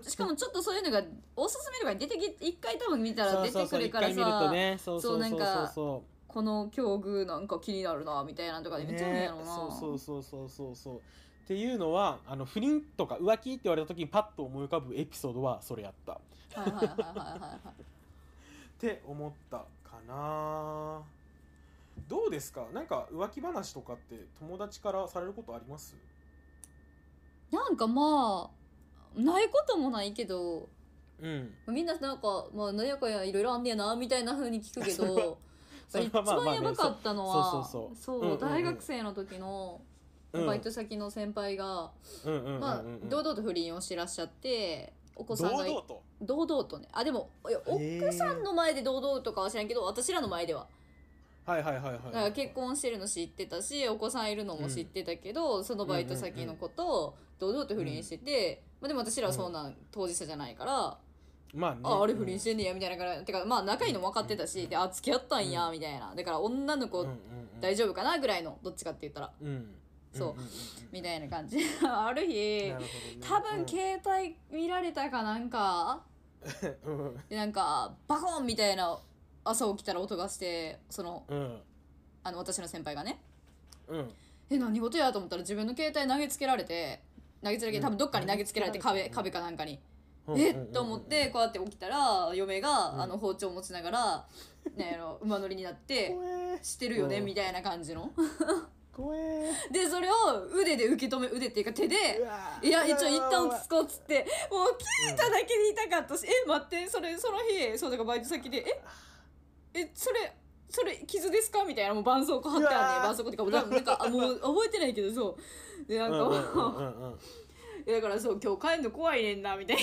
しかもちょっとそういうのがおすすめとかに出てき一回多分見たら
そう
出
そう
て
そ
く
う
る
一
から
回
さ
見るとねそうそうそうそう
そうなん
そう
か
そう
この境遇なんか気になるなみたいなのとかで見ちゃうんやろうな、
ねそうそうそうそうそうそうっていうのはあの不倫とか浮気って言われた時にパッと思い浮かぶエピソードはそれやったっ
はいはいはいはいはいはい
て思ったかなですかなんか浮気話とかって友達からされることあります
なんかまあないこともないけど
うん
みんななんかまあ何やかんやいろいろあんねやなみたいな風に聞くけ
それは
ど
[laughs] それはまあ
一番やばか
まあね
ったのは、
そうそうそう
そう
うんうんうん
大学生の時の
うん
バイト先の先輩が、
うんうんうんうんうん
まあ、堂々と不倫をしてらっしゃってお子さんがい
堂々と
堂々とねあでもいや
へー
奥さんの前で堂々とかは知らんけど私らの前では
はいはいはいはい
だから結婚してるの知ってたしお子さんいるのも知ってたけど、そのバイト先の子と堂々と不倫してて、まあ、でも私らはそんな当事者じゃないから、
まあね
ああれ不倫しててんねやみたいなからてかまあ仲いいの分かってたし、であ付き合ったんやみたいなだから女の子、大丈夫かなぐらいのどっちかって言ったら
うん
そうん
んんん
みたいな感じ [laughs] ある日
なるほどね
多分携帯見られたかなんか
うんうん
でなんかバコンみたいな朝起きたら音がしてその
うん
あの私の先輩がね
うん
え何事やと思ったら自分の携帯投げつけられて投げつけられて多分どっかに投げつけられて
投げつけら
壁
れた
壁かなんかに
うん
えっと思ってこうやって起きたら嫁
うん
があの包丁を持ちながら、ね、あの馬乗りになって
怖え
してるよね
うん
みたいな感じの
怖え
でそれを腕で受け止め腕っていうか手でいや一応一旦落ち着こうっつってもう聞いただけで痛かったし、え待ってそれその日そうだからバイト先でええそれそれ傷ですかみたいなもう絆創膏貼ってあん
うわ
ね
ー
ん絆創膏っていうかなんかあもう覚えてないけどそうでなんかもう、いやだからそう今日帰んの怖いねんなみたいな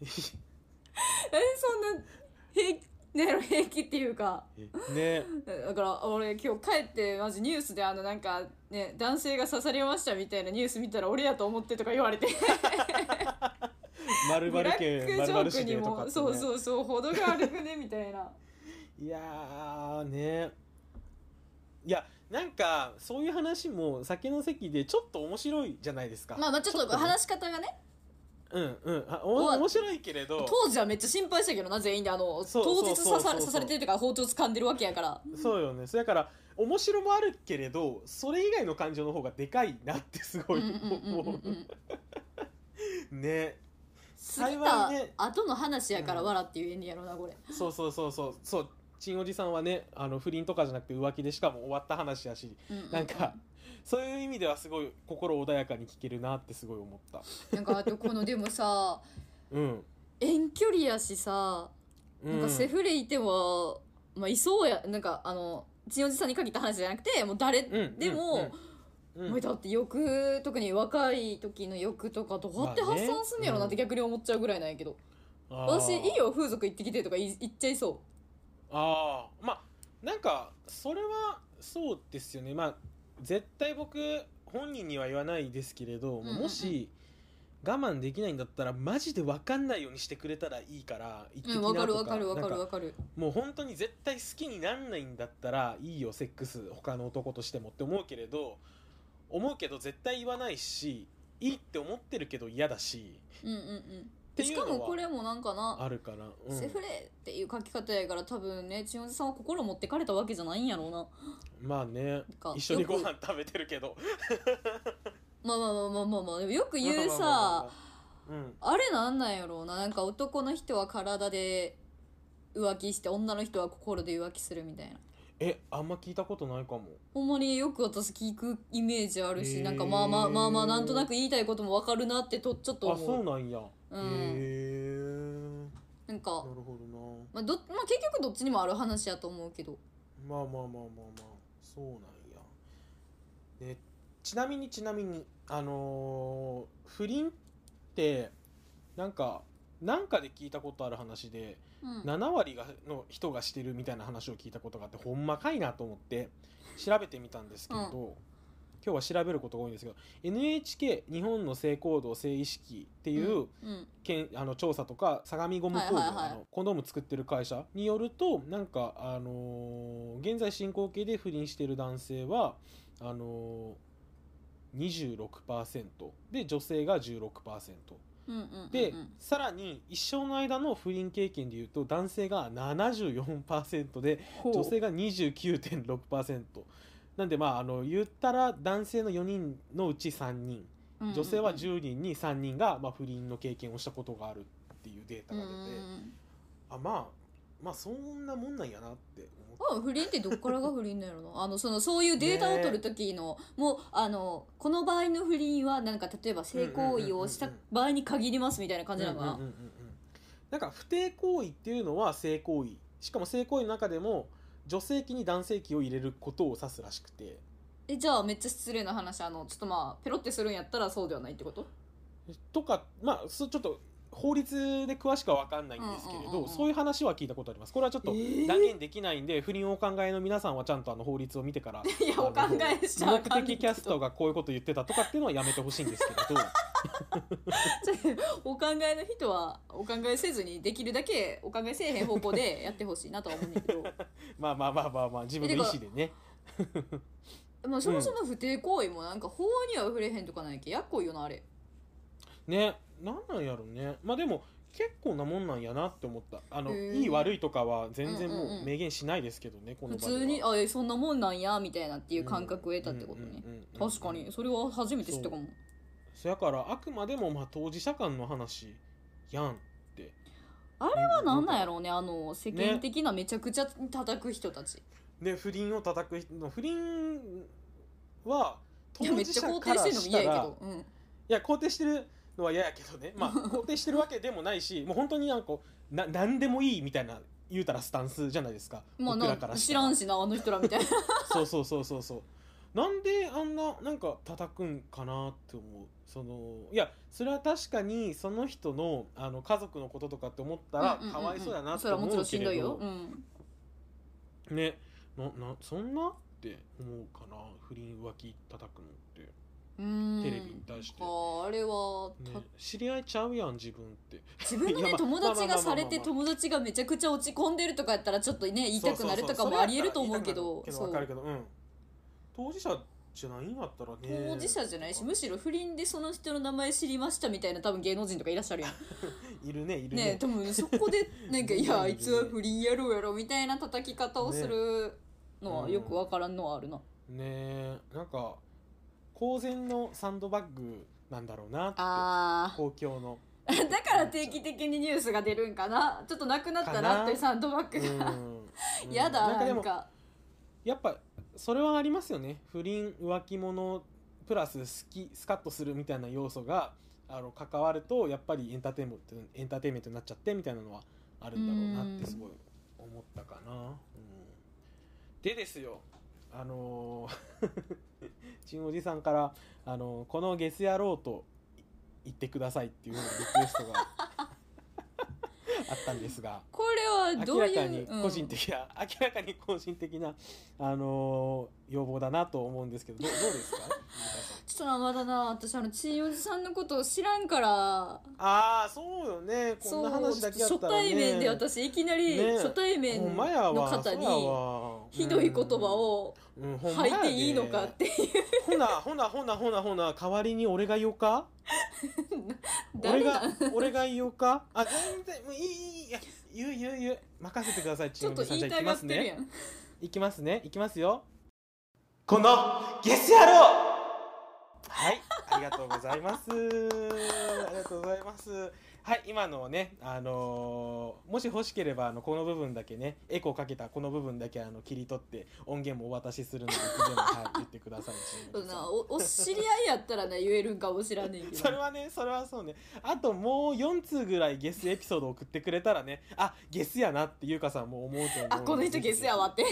えそんな平気なんやろ平気っていうか
ね
だから俺今日帰ってマジニュースであのなんかね男性が刺されましたみたいなニュース見たら俺やと思ってとか言われて
丸
ブラ
々
ックジ
系丸
ョ
々
ーク
し
に
でとか
も、
ってね
そうそうそうほどがあるくねみたいな
いやーねいやなんかそういう話も酒の席でちょっと面白いじゃないですか、
[laughs] まあまあちょっと話し方がね
うんうんあお
お
面白いけれど
当時はめっちゃ心配したけどな全員であの
そう
当日
そうそうそう
刺さ
そう
刺されてるというか包丁掴んでるわけやから
そうよねそれだから面白もあるけれどそれ以外の感情の方がでかいなってす
う
ご
ん
い
うんうんうん
思
うん
うね
過ぎ
幸い
た
ね
後の話やから
うん
笑って言えんねやろなこれ
そうそうそうそうそうちんおじさんはねあの不倫とかじゃなくて浮気でしかも終わった話やし
ううう
なんかそういう意味ではすごい心穏やかに聞けるなってすごい思った
なんかあとこのでも
[laughs]
さ
うん、
遠距離やしさ
う
なんかセフレいてもまあいそうやなんかあのちんおじさんに限った話じゃなくてもう誰
うん
でも、
うんうん
もうだって欲特に若い時の欲とかどうやって
まあね
発散すんねやろなって逆に思っちゃうぐらいなんやけど、
あー
私いいよ風俗行ってきてとか言い言っちゃいそ
ああまあなんかそれはそうですよねまあ絶対僕本人には言わないですけれど、
んうんうん
もし我慢できないんだったらマジで分かんないようにしてくれたらいいから言って
う
き
う
なんと
わ
か,、
かるわかるわかる
なん
わ
か
かる
もう本当に絶対好きになんないんだったらいいよセックス他の男としてもって思うけれど思うけど絶対言わないしいいって思ってるけど嫌だし
うんうん
て
うん
い
し
うの
か
は
もこれもなんかな、
あるから、うん
セフレっていう書き方やから多分ね千代さんは心持ってかれたわけじゃないんやろうな
まあね
なんか
一緒にご
よ
飯食べてるけど
くまあまあまあまあまあまあでもよく言う
まあまあまあ
さ
まあうん
あれなんなんやろうななんか男の人は体で浮気して女の人は心で浮気するみたいな
えあんま聞いたことないかも
ほんまによく私聞くイメージある
へー
し、なんかまあまあまあまあなんとなく言いたいこともわかるなってとちょっと
あそ
思
う
う。
なんや、
う
へ
ん。
え
なんか
な、るほどな
まあど、まあ結局どっちにもある話やと思うけど。
まあまあまあまあまあそうなんや、ね、ちなみにちなみにあのー不倫ってなんかなんかで聞いたことある話で
うん。
7割がの人がしてるみたいな話を聞いたことがあってほんまかいなと思って調べてみたんですけど、
うん
今日は調べることが多いんですけど NHK 日本の性行動性意識っていう、
うん。
けんあの調査とか相模ゴム工業、
はいはいはい
あのコンドーム作ってる会社によるとなんか、あのー現在進行形で不倫してる男性はあのー、26%で女性が16%
うんうんうんうん。
で、
うん
さらに一生の間の不倫経験でいうと男性が74%で
ほう
女性が29.6%なんでまああの言ったら男性の4人のうち3人
うんうん
女性は10人に3人が、まあ、不倫の経験をしたことがあるっていうデータ
うん
が
う
出て
ん
あまあまあそんなもんなんやなって思って
あ不倫ってどっからが不倫なんやろなあのそのそういうデータを取る時の、もうあのこの場合の不倫はなんか例えば性行為をし
う
た
んうんうん
場合に限りますみたいな感じなのかな、
うんうんうんうんなんか不貞行為っていうのは性行為しかも性行為の中でも女性器に男性器を入れることを指すらしくて
えじゃあめっちゃ失礼な話あのちょっとまあペロってするんやったらそうではないってこと
とかまあすちょっと法律で詳しくは分かんないんですけれど、
うんうんうんうん
そういう話は聞いたことありますこれはちょっと
えー
断言できないんで、不倫をお考えの皆さんはちゃんとあの法律を見てから
[laughs] いやお考えしちゃあかん
目的キャストがこういうこと言ってたとかっていうのはやめてほしいんですけ
[laughs]
れど
お考えの人はお考えせずにできるだけお考えせえへん方向でやってほしいなとは思うねんだけど
まあまあまあまあまあ自分の意思でね
まあそもそも不貞行為もなんか法には触れへんとかないけやっこいよなあれ
ねなんなんやろねまあでも結構なもんなんやなって思ったあの、
へー
いい悪いとかは全然
うんうん
も
う
うん明言しないですけどね、
普
この場では
通にあえそんなもんなんやみたいなっていう感覚を得たってことね、
うんうんうんうん
確かにそれは初めて知ったかも
そやからあくまでもまあ当事者間の話やんって
あれはなんなんや
ろ
ろうねあの世間的なめちゃくちゃ叩く人たち、
で不倫を叩く人の不倫は当
いやめっ
事
ちゃ
者
肯
か
定
ら
してるのも
した
嫌
ら
やけど、うん、
いや肯定してるのは嫌やけどね、
[laughs]
まあ、肯定してるわけでもないしもう本当になんかな何でもいいみたいな言うたらスタンスじゃないですか
まあ
僕ら
な
からし
知
た
らんしなあの人らみたいな
そうそうそうそうそうなんであんななんか叩くんかなって思うそのいやそれは確かにその人のあの家族のこととかって思ったら
うんうんうん
かわいそうだなっ
そ
て
れは
思う
もちろ
ん
し
け
んどい
れ
よ、
ど
うん、
ねななそんなって思うかな不倫浮気叩くのって、
うん
テレビに対して
ああれは、た
ね、知り合いちゃうやん自分って
自分の
いや
ね
まあ
友達
まあまあまあま
が
あ
されて友達がめちゃくちゃ落ち込んでるとかやったらちょっとね言いたくなる
そうそう
とか
そうそれ
も
や
あ
ったら
りえると思うけど
言いたくなるけど
そ
わかるけ
う
どうん当事者じゃないんやったらね
当事者じゃないし
無
むしろ不倫でその人の名前知りましたみたいな多分芸能人とかいらっしゃるやん
いるねいるね
ね多分そこでなんかいやあいつは不倫やろうやろみたいな叩き方をするのは
ね
よくわからんのはあるな、
ねえなんか公然のサンドバッグなんだろうなって
あー
公共
[laughs]
の
だから定期的にニュースが出るんかなちょっとなくなった
かな
なってサンドバッ
う
グが、
ん
やだ
うんなんかで
なん
も
か
やっぱそれはありますよね不倫浮気者プラス好きスカッとするみたいな要素があの関わるとやっぱりエンターテインメントエンターテインメントになっちゃってみたいなのはあるんだろうなってすごい思ったかな、うんでですよあのー [laughs] ちんおじさんから、あのーこのゲス野郎と言ってくださいっていうようなリクエストがあったんですが
これはど
明
う
ら
い
か
う
に個人的な、明らかに個人的な、あのー要望だなと思うんですけどどうどうですか飯田さん
ちょっとなまだな私あのちいおじさんのことを知らんから
[laughs] ああそうよねこんな
そう
話
ち
だ
ょっ
けや
と
っ
初
たら、ね、
対面で私いきなり
ね
初対面
ほん
の
まやわ
方に
そうやわ
ひどい言葉を
うんうんほんま
吐
や
い
で
ていいのかっていう
ほなほなほなほなほな代わりに俺が言おうか俺
誰
が
だ
俺が言おうかあ全然もういいいいいいや言う言う言う任せてくださいち
ちょっと
みさん
言
じ
い
ゃあ行き
たが
ま
っ
す
てる
ね
やん
いきますねいきますよこのゲス野郎はいありがとうございますありがとうございますはい今のをねあのーもし欲しければあのこの部分だけねエコーかけたこの部分だけあの切り取って音源もお渡しするのでい [laughs] つでも、はい、言ってください
そう
ち
なおお知り合いやったらね言えるんかもしらねえけ
それ
ど
はねそれはそうねあともう4通ぐらいゲスエピソード送ってくれたらねあゲスやなってゆうかさんも思うと思う
あこの人ゲスやわって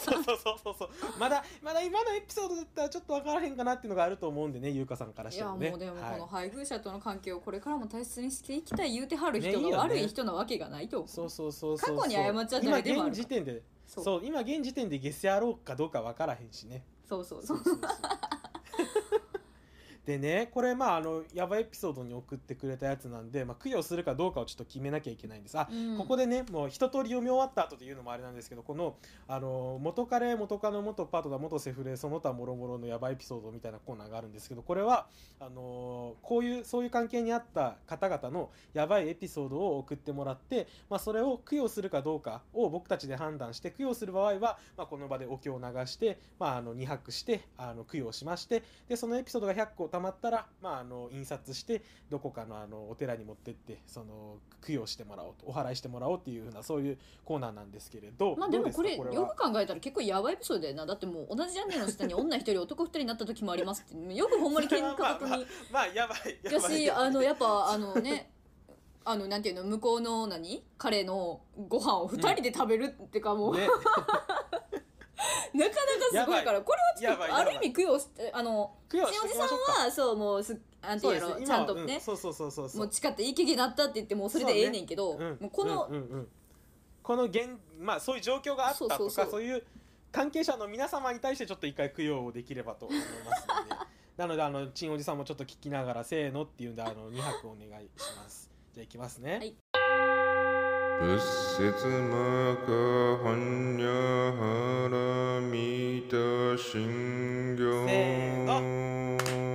そうそうそうそうそうまだまだ今のエピソードだったらちょっと分からへんかなっていうのがあると思うんでね優香さんからし
い
て
や
も
もう
ね
でもこの
は
配偶者との関係をこれからも大切にしていきたい言うてはる
ねい
人
いよね
が悪い人なわけがないと思
いうそうそうそうそう
過去に過っちゃった
今
らで
現
もあるから
時点でそ
そうう
今現時点でゲスやろうかどうか分からへんしね
そうそうそう
そうそうそうでねこれまああのヤバエピソードに送ってくれたやつなんで、まあ、供養するかどうかをちょっと決めなきゃいけないんですあ
うん
ここでねもう一通り読み終わった後で言うのもあれなんですけどこの「あの元カレ元カノ元パートナー元セフレその他もろもろのヤバいエピソード」みたいなコーナーがあるんですけどこれはあのこういうそういう関係にあった方々のヤバいエピソードを送ってもらって、まあ、それを供養するかどうかを僕たちで判断して供養する場合は、まあ、この場でお経を流して、まあ、あの2泊してあの供養しましてでそのエピソードが100個たまったら、まあ、あの印刷してどこかのあのお寺に持ってってその供養してもらおうとお祓いしてもらおうっていうふうなそういうコーナーなんですけれど
まあでもこれ
どうですか
よ
は
く考えたら結構やばいエピソードだよなだってもう同じジャンルの下に女一人男二人になった時もありますって [laughs] よくほんまに喧嘩確に
まあやばいやばい
やしあのやっぱあのね [laughs] あのなんていうの向こうの何彼のご飯を二人で食べるってかもう、
ね、
[laughs] なかなかすごいからこれはちょっ
やばい
と
やば
あ
い
る意味供養してあの
供養
瀬
して
尾
い
じ
き
さ
ましょうか
んはそうもうすなんて
そう
いう
で
や
す
ろ
今
ちゃん
は
と
う
ね、
そうそうそうそうそ
もう誓っていい経験だったって言ってもうそれでええねんけど
うん
もうこの、
うんうんうんこの現まあそういう状況があったとか
そ
そうう
そうそう
いう関係者の皆様に対してちょっと一回供養をできればと思いますの [laughs] でなのであのちんおじさんもちょっと聞きながらせーのっていうんであの2拍お願いしますじゃあいきますね、
はい
仏説摩訶般若波羅蜜多心経
せー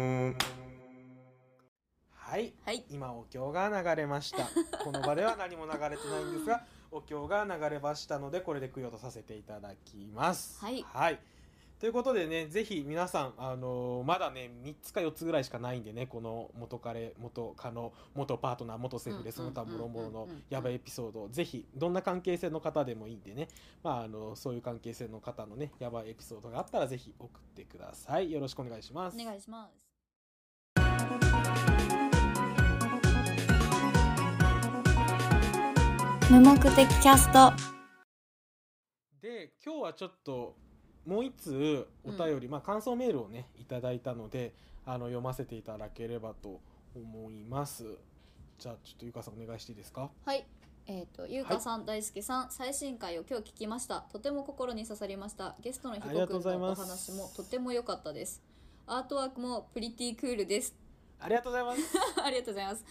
はい
はい
今お経が流れました
[laughs]
この場では何も流れてないんですがお経が流れましたのでこれで供養とさせていただきます
はい
ということでねぜひ皆さん、あのーまだね3つか4つぐらいしかないんでねこの元彼元カノ元パートナー元セフレその他もろもろ
うんうんうん
の
うんうん
やばいエピソードをぜひどんな関係性の方でもいいんでね、まあ、あのそういう関係性の方のねやばいエピソードがあったらぜひ送ってくださいよろしくお願いします
お願いします
無目的キャスト
で今日はちょっともう一通お便り、まあ感想メールをねいただいたのであの読ませていただければと思いますじゃあちょっとゆかさんお願いしていいですか
はい。えっ、と、ゆうかさん、大輔さん、最新回を今日聞きました。とても心に刺さりました。ゲストのひ
あり
こ
がとう
く
ござい
んのお
ます
話もとても良かったです。アートワークもプリティクールです。 [laughs]
ありがとうございます
ありがとうございます。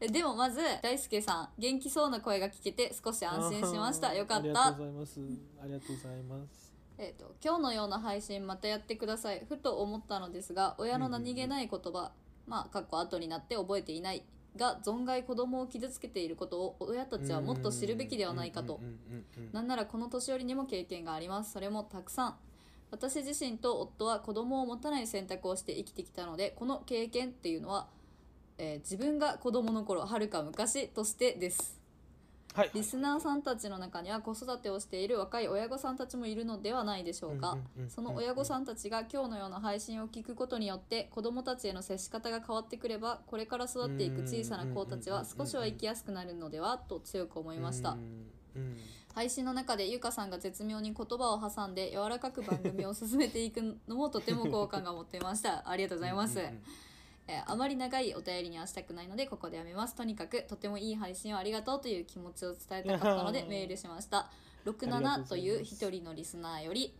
えでもまず、大輔さん、元気そうな声が聞けて少し安心しまし
あ [laughs]
た。
ー
よかっ
ありがと
た
う。ございますありがとうございます
えっ、と、今日のような配信またやってください。ふと思ったのですが、親の何気ない言葉、まあ、かっこ後になって覚えていない。が存外子供を傷つけていることを親たちはもっと知るべきではないかと
うんうんうんうんうん
なんならこの年寄りにも経験がありますそれもたくさん私自身と夫は子供を持たない選択をして生きてきたのでこの経験っていうのは、えー自分が子供の頃はるか昔としてです
はい
リスナーさんたちの中には子育てをしている若い親御さんたちもいるのではないでしょうか、
うんうんうんうん
その親御さんたちが今日のような配信を聞くことによって子どもたちへの接し方が変わってくればこれから育っていく小さな子たちは少しは生きやすくなるのではと強く思いました、
うんうん
配信の中でゆかさんが絶妙に言葉を挟んで柔らかく番組を進めていくのもとても好感が持っていまし
[laughs]
たありがとうございます、
うんうんうん
えーあまり長いお便りにはしたくないのでここでやめますとにかくとてもいい配信をありがとうという気持ちを伝えたかったの
い
で
やー
メールしました
りがとうございま
67
す
という一人のリスナーより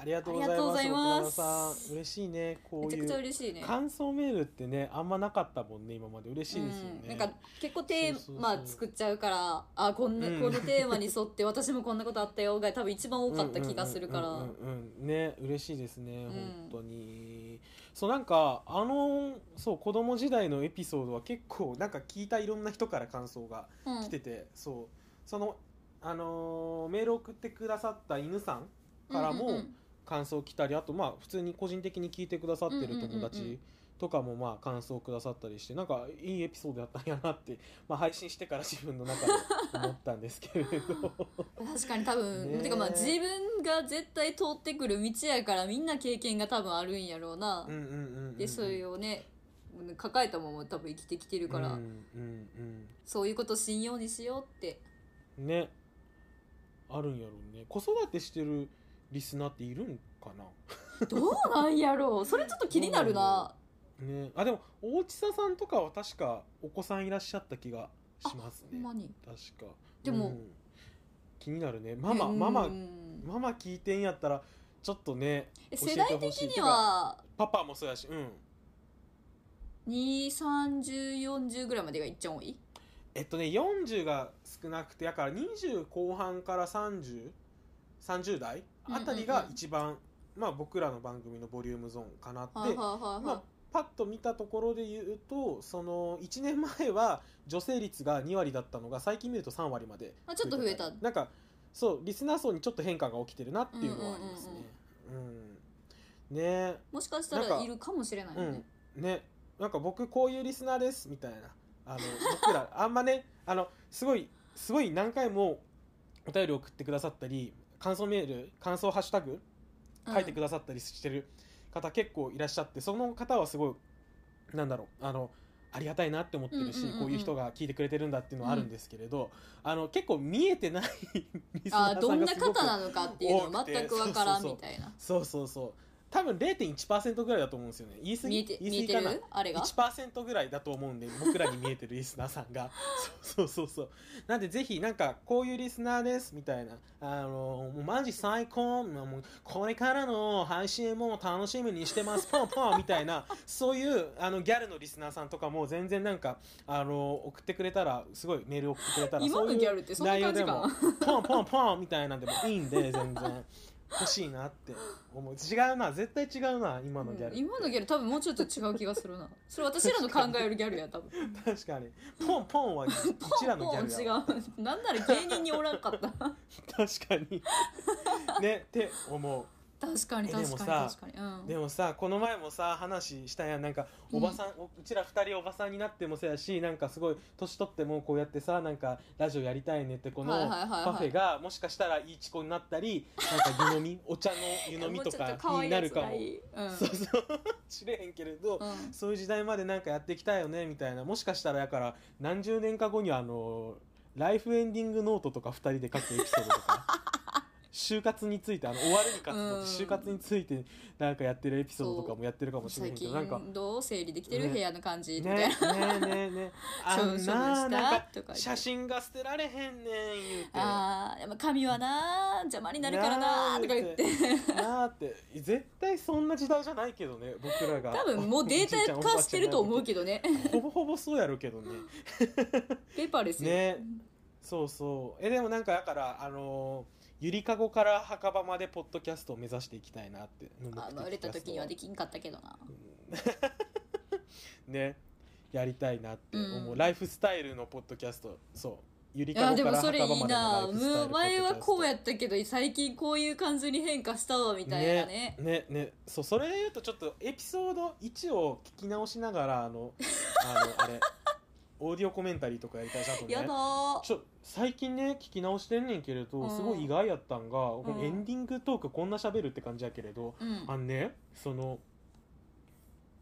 ありがとう
ありがとうご
ご
ざ
ざ
い
い
ま
ますす奥村さん嬉しいねこ
め
う
ちゃ
い
くちゃ
う
嬉しいね
感想メールってねあんまなかったもんね今まで嬉しいですよね、
うん、なんか結構テーマ
そうそうそう
作っちゃうからあこんな、
うん
このテーマに沿って私もこんなことあったよが多分一番多かった気がするから、
うんうんうんうんね嬉しいですね、
ん
本当にそうなんかあのそう子供時代のエピソードは結構なんか聞いたいろんな人から感想が
うん
来てて、そうそのあのーメール送ってくださった犬さんからも、
うんうんうん
感想来たりあとまあ普通に個人的に聞いてくださってる友
うんうんうんうん
達とかもまあ感想くださったりしてなんかいいエピソードやったんやなって、 [laughs] まあ、配信してから自分の中で思ったんですけれ
[laughs]
ど
確かに多分、
ねえ
てかまあ自分が絶対通ってくる道やからみんな経験が多分あるんやろうな、
うんうんうんうんうん
でそれをね抱えたまま多分生きてきてるから、
うんうん
そういうこと信用にしようって
うんねあるんやろうね子育てしてるリスナーっているんか
どうなんやろうそれちょっと気になるな、
なねあでも大地ささんとかは確かお子さんいらっしゃった気がしますね
ほんまに
確か
でも
うん気になるねママママ
うん
ママ聞いてんやったらちょっとね
え
教え
世
てほしい
代的には
パパもそうやしうん
23040ぐらいまでがいっちゃ多い
えっとね40が少なくてやから20後半から3030代あたり
うんうん
が
うん
一番、まあ僕らの番組のボリュームゾーンかなって、
はいはいはい
まあ
は
パッと見たところで言うとその1年前は女性率が2割だったのが最近見ると3割まで
あちょっと増えた
なんかそうリスナー層にちょっと変化が起きてるなっていうのはありますねうん,、ね
いもしかしたらいるかもしれないよね、
うん、ねなんか僕こういうリスナーですみたいなあの僕ら [laughs] あんまねあのすごいすごい何回もお便り送ってくださったり感想メール感想ハッシュタグ書いてく
だ
ださったりしてる方結構いらっしゃってその方はすごいなんだろうあのありがたいなって思ってるし、
うんうんうんうん
こういう人が聞いてくれてるんだっていうのはあるんですけれど、あの結構見えてない [laughs] リス
あ
ナーさんがすご
ー
く
どんな方なのかっていうの
多
は
くて
全くわからん
そうそうそう
みたいな
そうそうそう多分0.1%ぐらいだと思うんですよね言い過ぎ
見えて
言
見え
い
て
過ぎかな
るあれが
1%ぐらいだと思うんで僕らに見えてるリスナーさん
[laughs]
がそうそうそうそうなんでぜひなんかこういうリスナーですみたいなあのもうマジ最高もうこれからの配信も楽しみにしてますポンポンみたい
[laughs]
なそういうあのギャルのリスナーさんとかも全然なんかあの送ってくれたらすごいメール送ってくれたら
今
そう
の
いう
ギャルってそんな
内容
感じ
で
か
も
な
ポンポンポンみたいなんでもいいんで全然欲しいなって思う違うな絶対違うな今のギャルっ
う
て、
ん今のギャル多分もうちょっと違う気がするなそれ私らの考えるギャルや多分
確かにポンポ
[laughs]
ンはうちらのギャルやわ
ポンポン違うなんなら芸人におらんかった
確かに [laughs] ねって思
確かに
えでも
確かに
さ
確かにうん
うでもさこの前もさ話したやんなんかおばさん、うちら二人おばさんになってもそうやしなんかすごい年取ってもこうやってさなんかラジオやりたいねってこの
はいはいはいはい
パフェがもしかしたらいいチコになったりなんか湯飲みお茶の湯飲みとかになる
[laughs]
かも
もうちょっと可愛いやつ
そ
が
う
いい
そう [laughs] 知れへんけれど、
うん、うん
そういう時代までなんかやっていきたいよねみたいなもしかしたらだから何十年か後にはあのライフエンディングノートとか2人で書くエピソードとか就活についてあの終わるに活動
うん
就活についてなんかやってるエピソードとかもやってるかもしれへ
最
んけどなん
[laughs]
か
近どう整理できてる
ね
部屋の感じ
ね
み
ね
たいな
ねねねあ
処
ん
分し
な
た
なんか
とか
写真が捨てられへんねん言うて。
ああ髪はな邪魔になるからなーとか言って
なあって絶対そんな時代じゃないけどね僕らが
多分もうデータ化してると思うけどね
どほぼほぼそうやろうけどね
ペーパーレスよ
ねそうそうえでもなんかだからあのーゆりかごから墓場までポッドキャストを目指していきたいなって
あの売れた時にはで
き
きんかったけどな
[laughs] ねやりたいなって思う、
うん
ライフスタイルのポッドキャストそうゆり
い
か
や
ご
で
か
も
ら
そ
墓
れい
場
い
まで
な
のライフスタイ
む
ル
前はこうや
って
ったけど最近こういう感じに変化したわみたいなね
ねねそうそれで言うとちょっとエピソード1を聞き直しながらあのあのあ
[laughs]
れオーディオコメンタリーとかやりたいなとね
やだー
ちょ最近ね聞き直してんねんけれど、
うん
すごい意外やったんが、この
うん
エンディングトークこんな喋るって感じやけれど、
うん
あのねその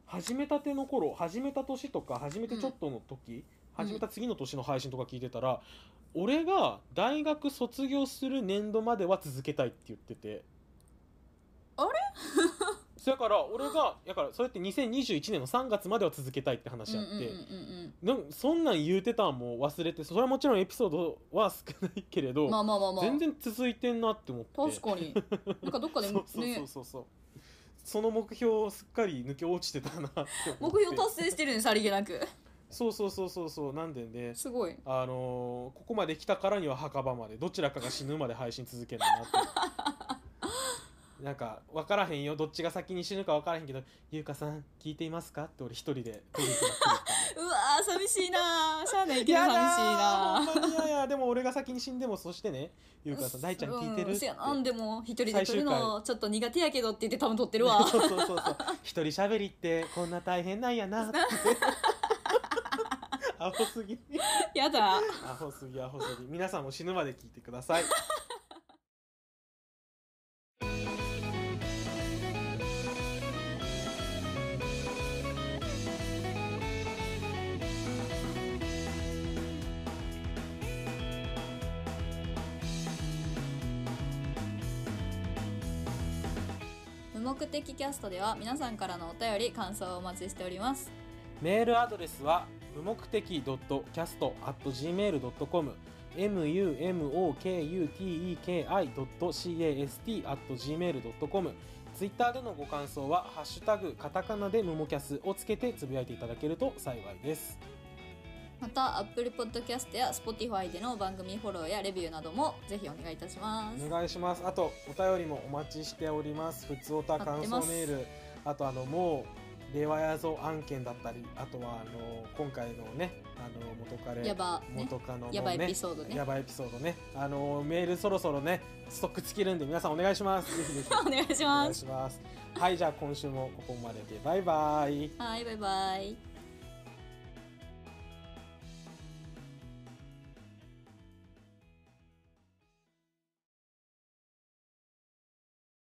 始めたての頃始めた年とか始めてちょっとの時、始めた次の年の配信とか聞いてたら、俺が大学卒業する年度までは続けたいって言ってて
あれ
[laughs] そやから俺がだからそれって2021年の3月までは続けたいって話やって、
うんうんうん
なんかそんなん言うてたんも忘れてそれはもちろんエピソードは少ないけれ
う
ど、
んまあまあまあまあ
全然続いてんなって思って
確かになんかどっかで
[laughs] そう
ね
そうそうそうそうその目標をすっかり抜け落ちてたなって思って
目標達成してるねさりげなく
そうそうそうそうそうなんでね
すごい
あのーここまで来たからには墓場までどちらかが死ぬまで配信続けるなって
[laughs]
なんか分からへんよどっちが先に死ぬか分からへんけど「ゆうかさん聞いていますか?」って俺一人でトイレ行ってた
うわー寂しいな [laughs] ーしゃあないけど
や
寂しい
だー
な
ほんまに嫌やでも俺が先に死んでもそしてねゆうかさん大ちゃん聞いてる
う
っ
んせ
て
やなんでも一人で撮る
最終
のちょっと苦手やけどって言って多分撮って
[laughs]
るわ
そうそうそうそう一人喋りってこんな大変なんや
[laughs]
なってアホすぎ
やだ
アホすぎアホすぎ皆さんも死ぬまで聞いてください
無目的キャストでは皆さんからのお便り感想をお待ちしております
メールアドレスは無目的 .cast.gmail.com mumokuteki.cast.gmail.com ツイッターでのご感想は「ハッシュタグカタカナでムモキャス」をつけてつぶやいていただけると幸いです
また Apple Podcast や Spotify での番組フォローやレビューなどもぜひお願いいたします
お願いしますあとお便りもお待ちしておりますふつおた感想メールあとあのもう令和やぞ案件だったりあとはあの今回のねあの元カレ
やばね
元カノのね
やばいエピソードね
やばいエピソードねあのーメールそろそろねストック尽きるんで皆さんお願いしますぜひぜひ
[laughs] お願いし
お願
ま
い
す
しますはいじゃあ今週もここまででバイバイ
はいバイバイ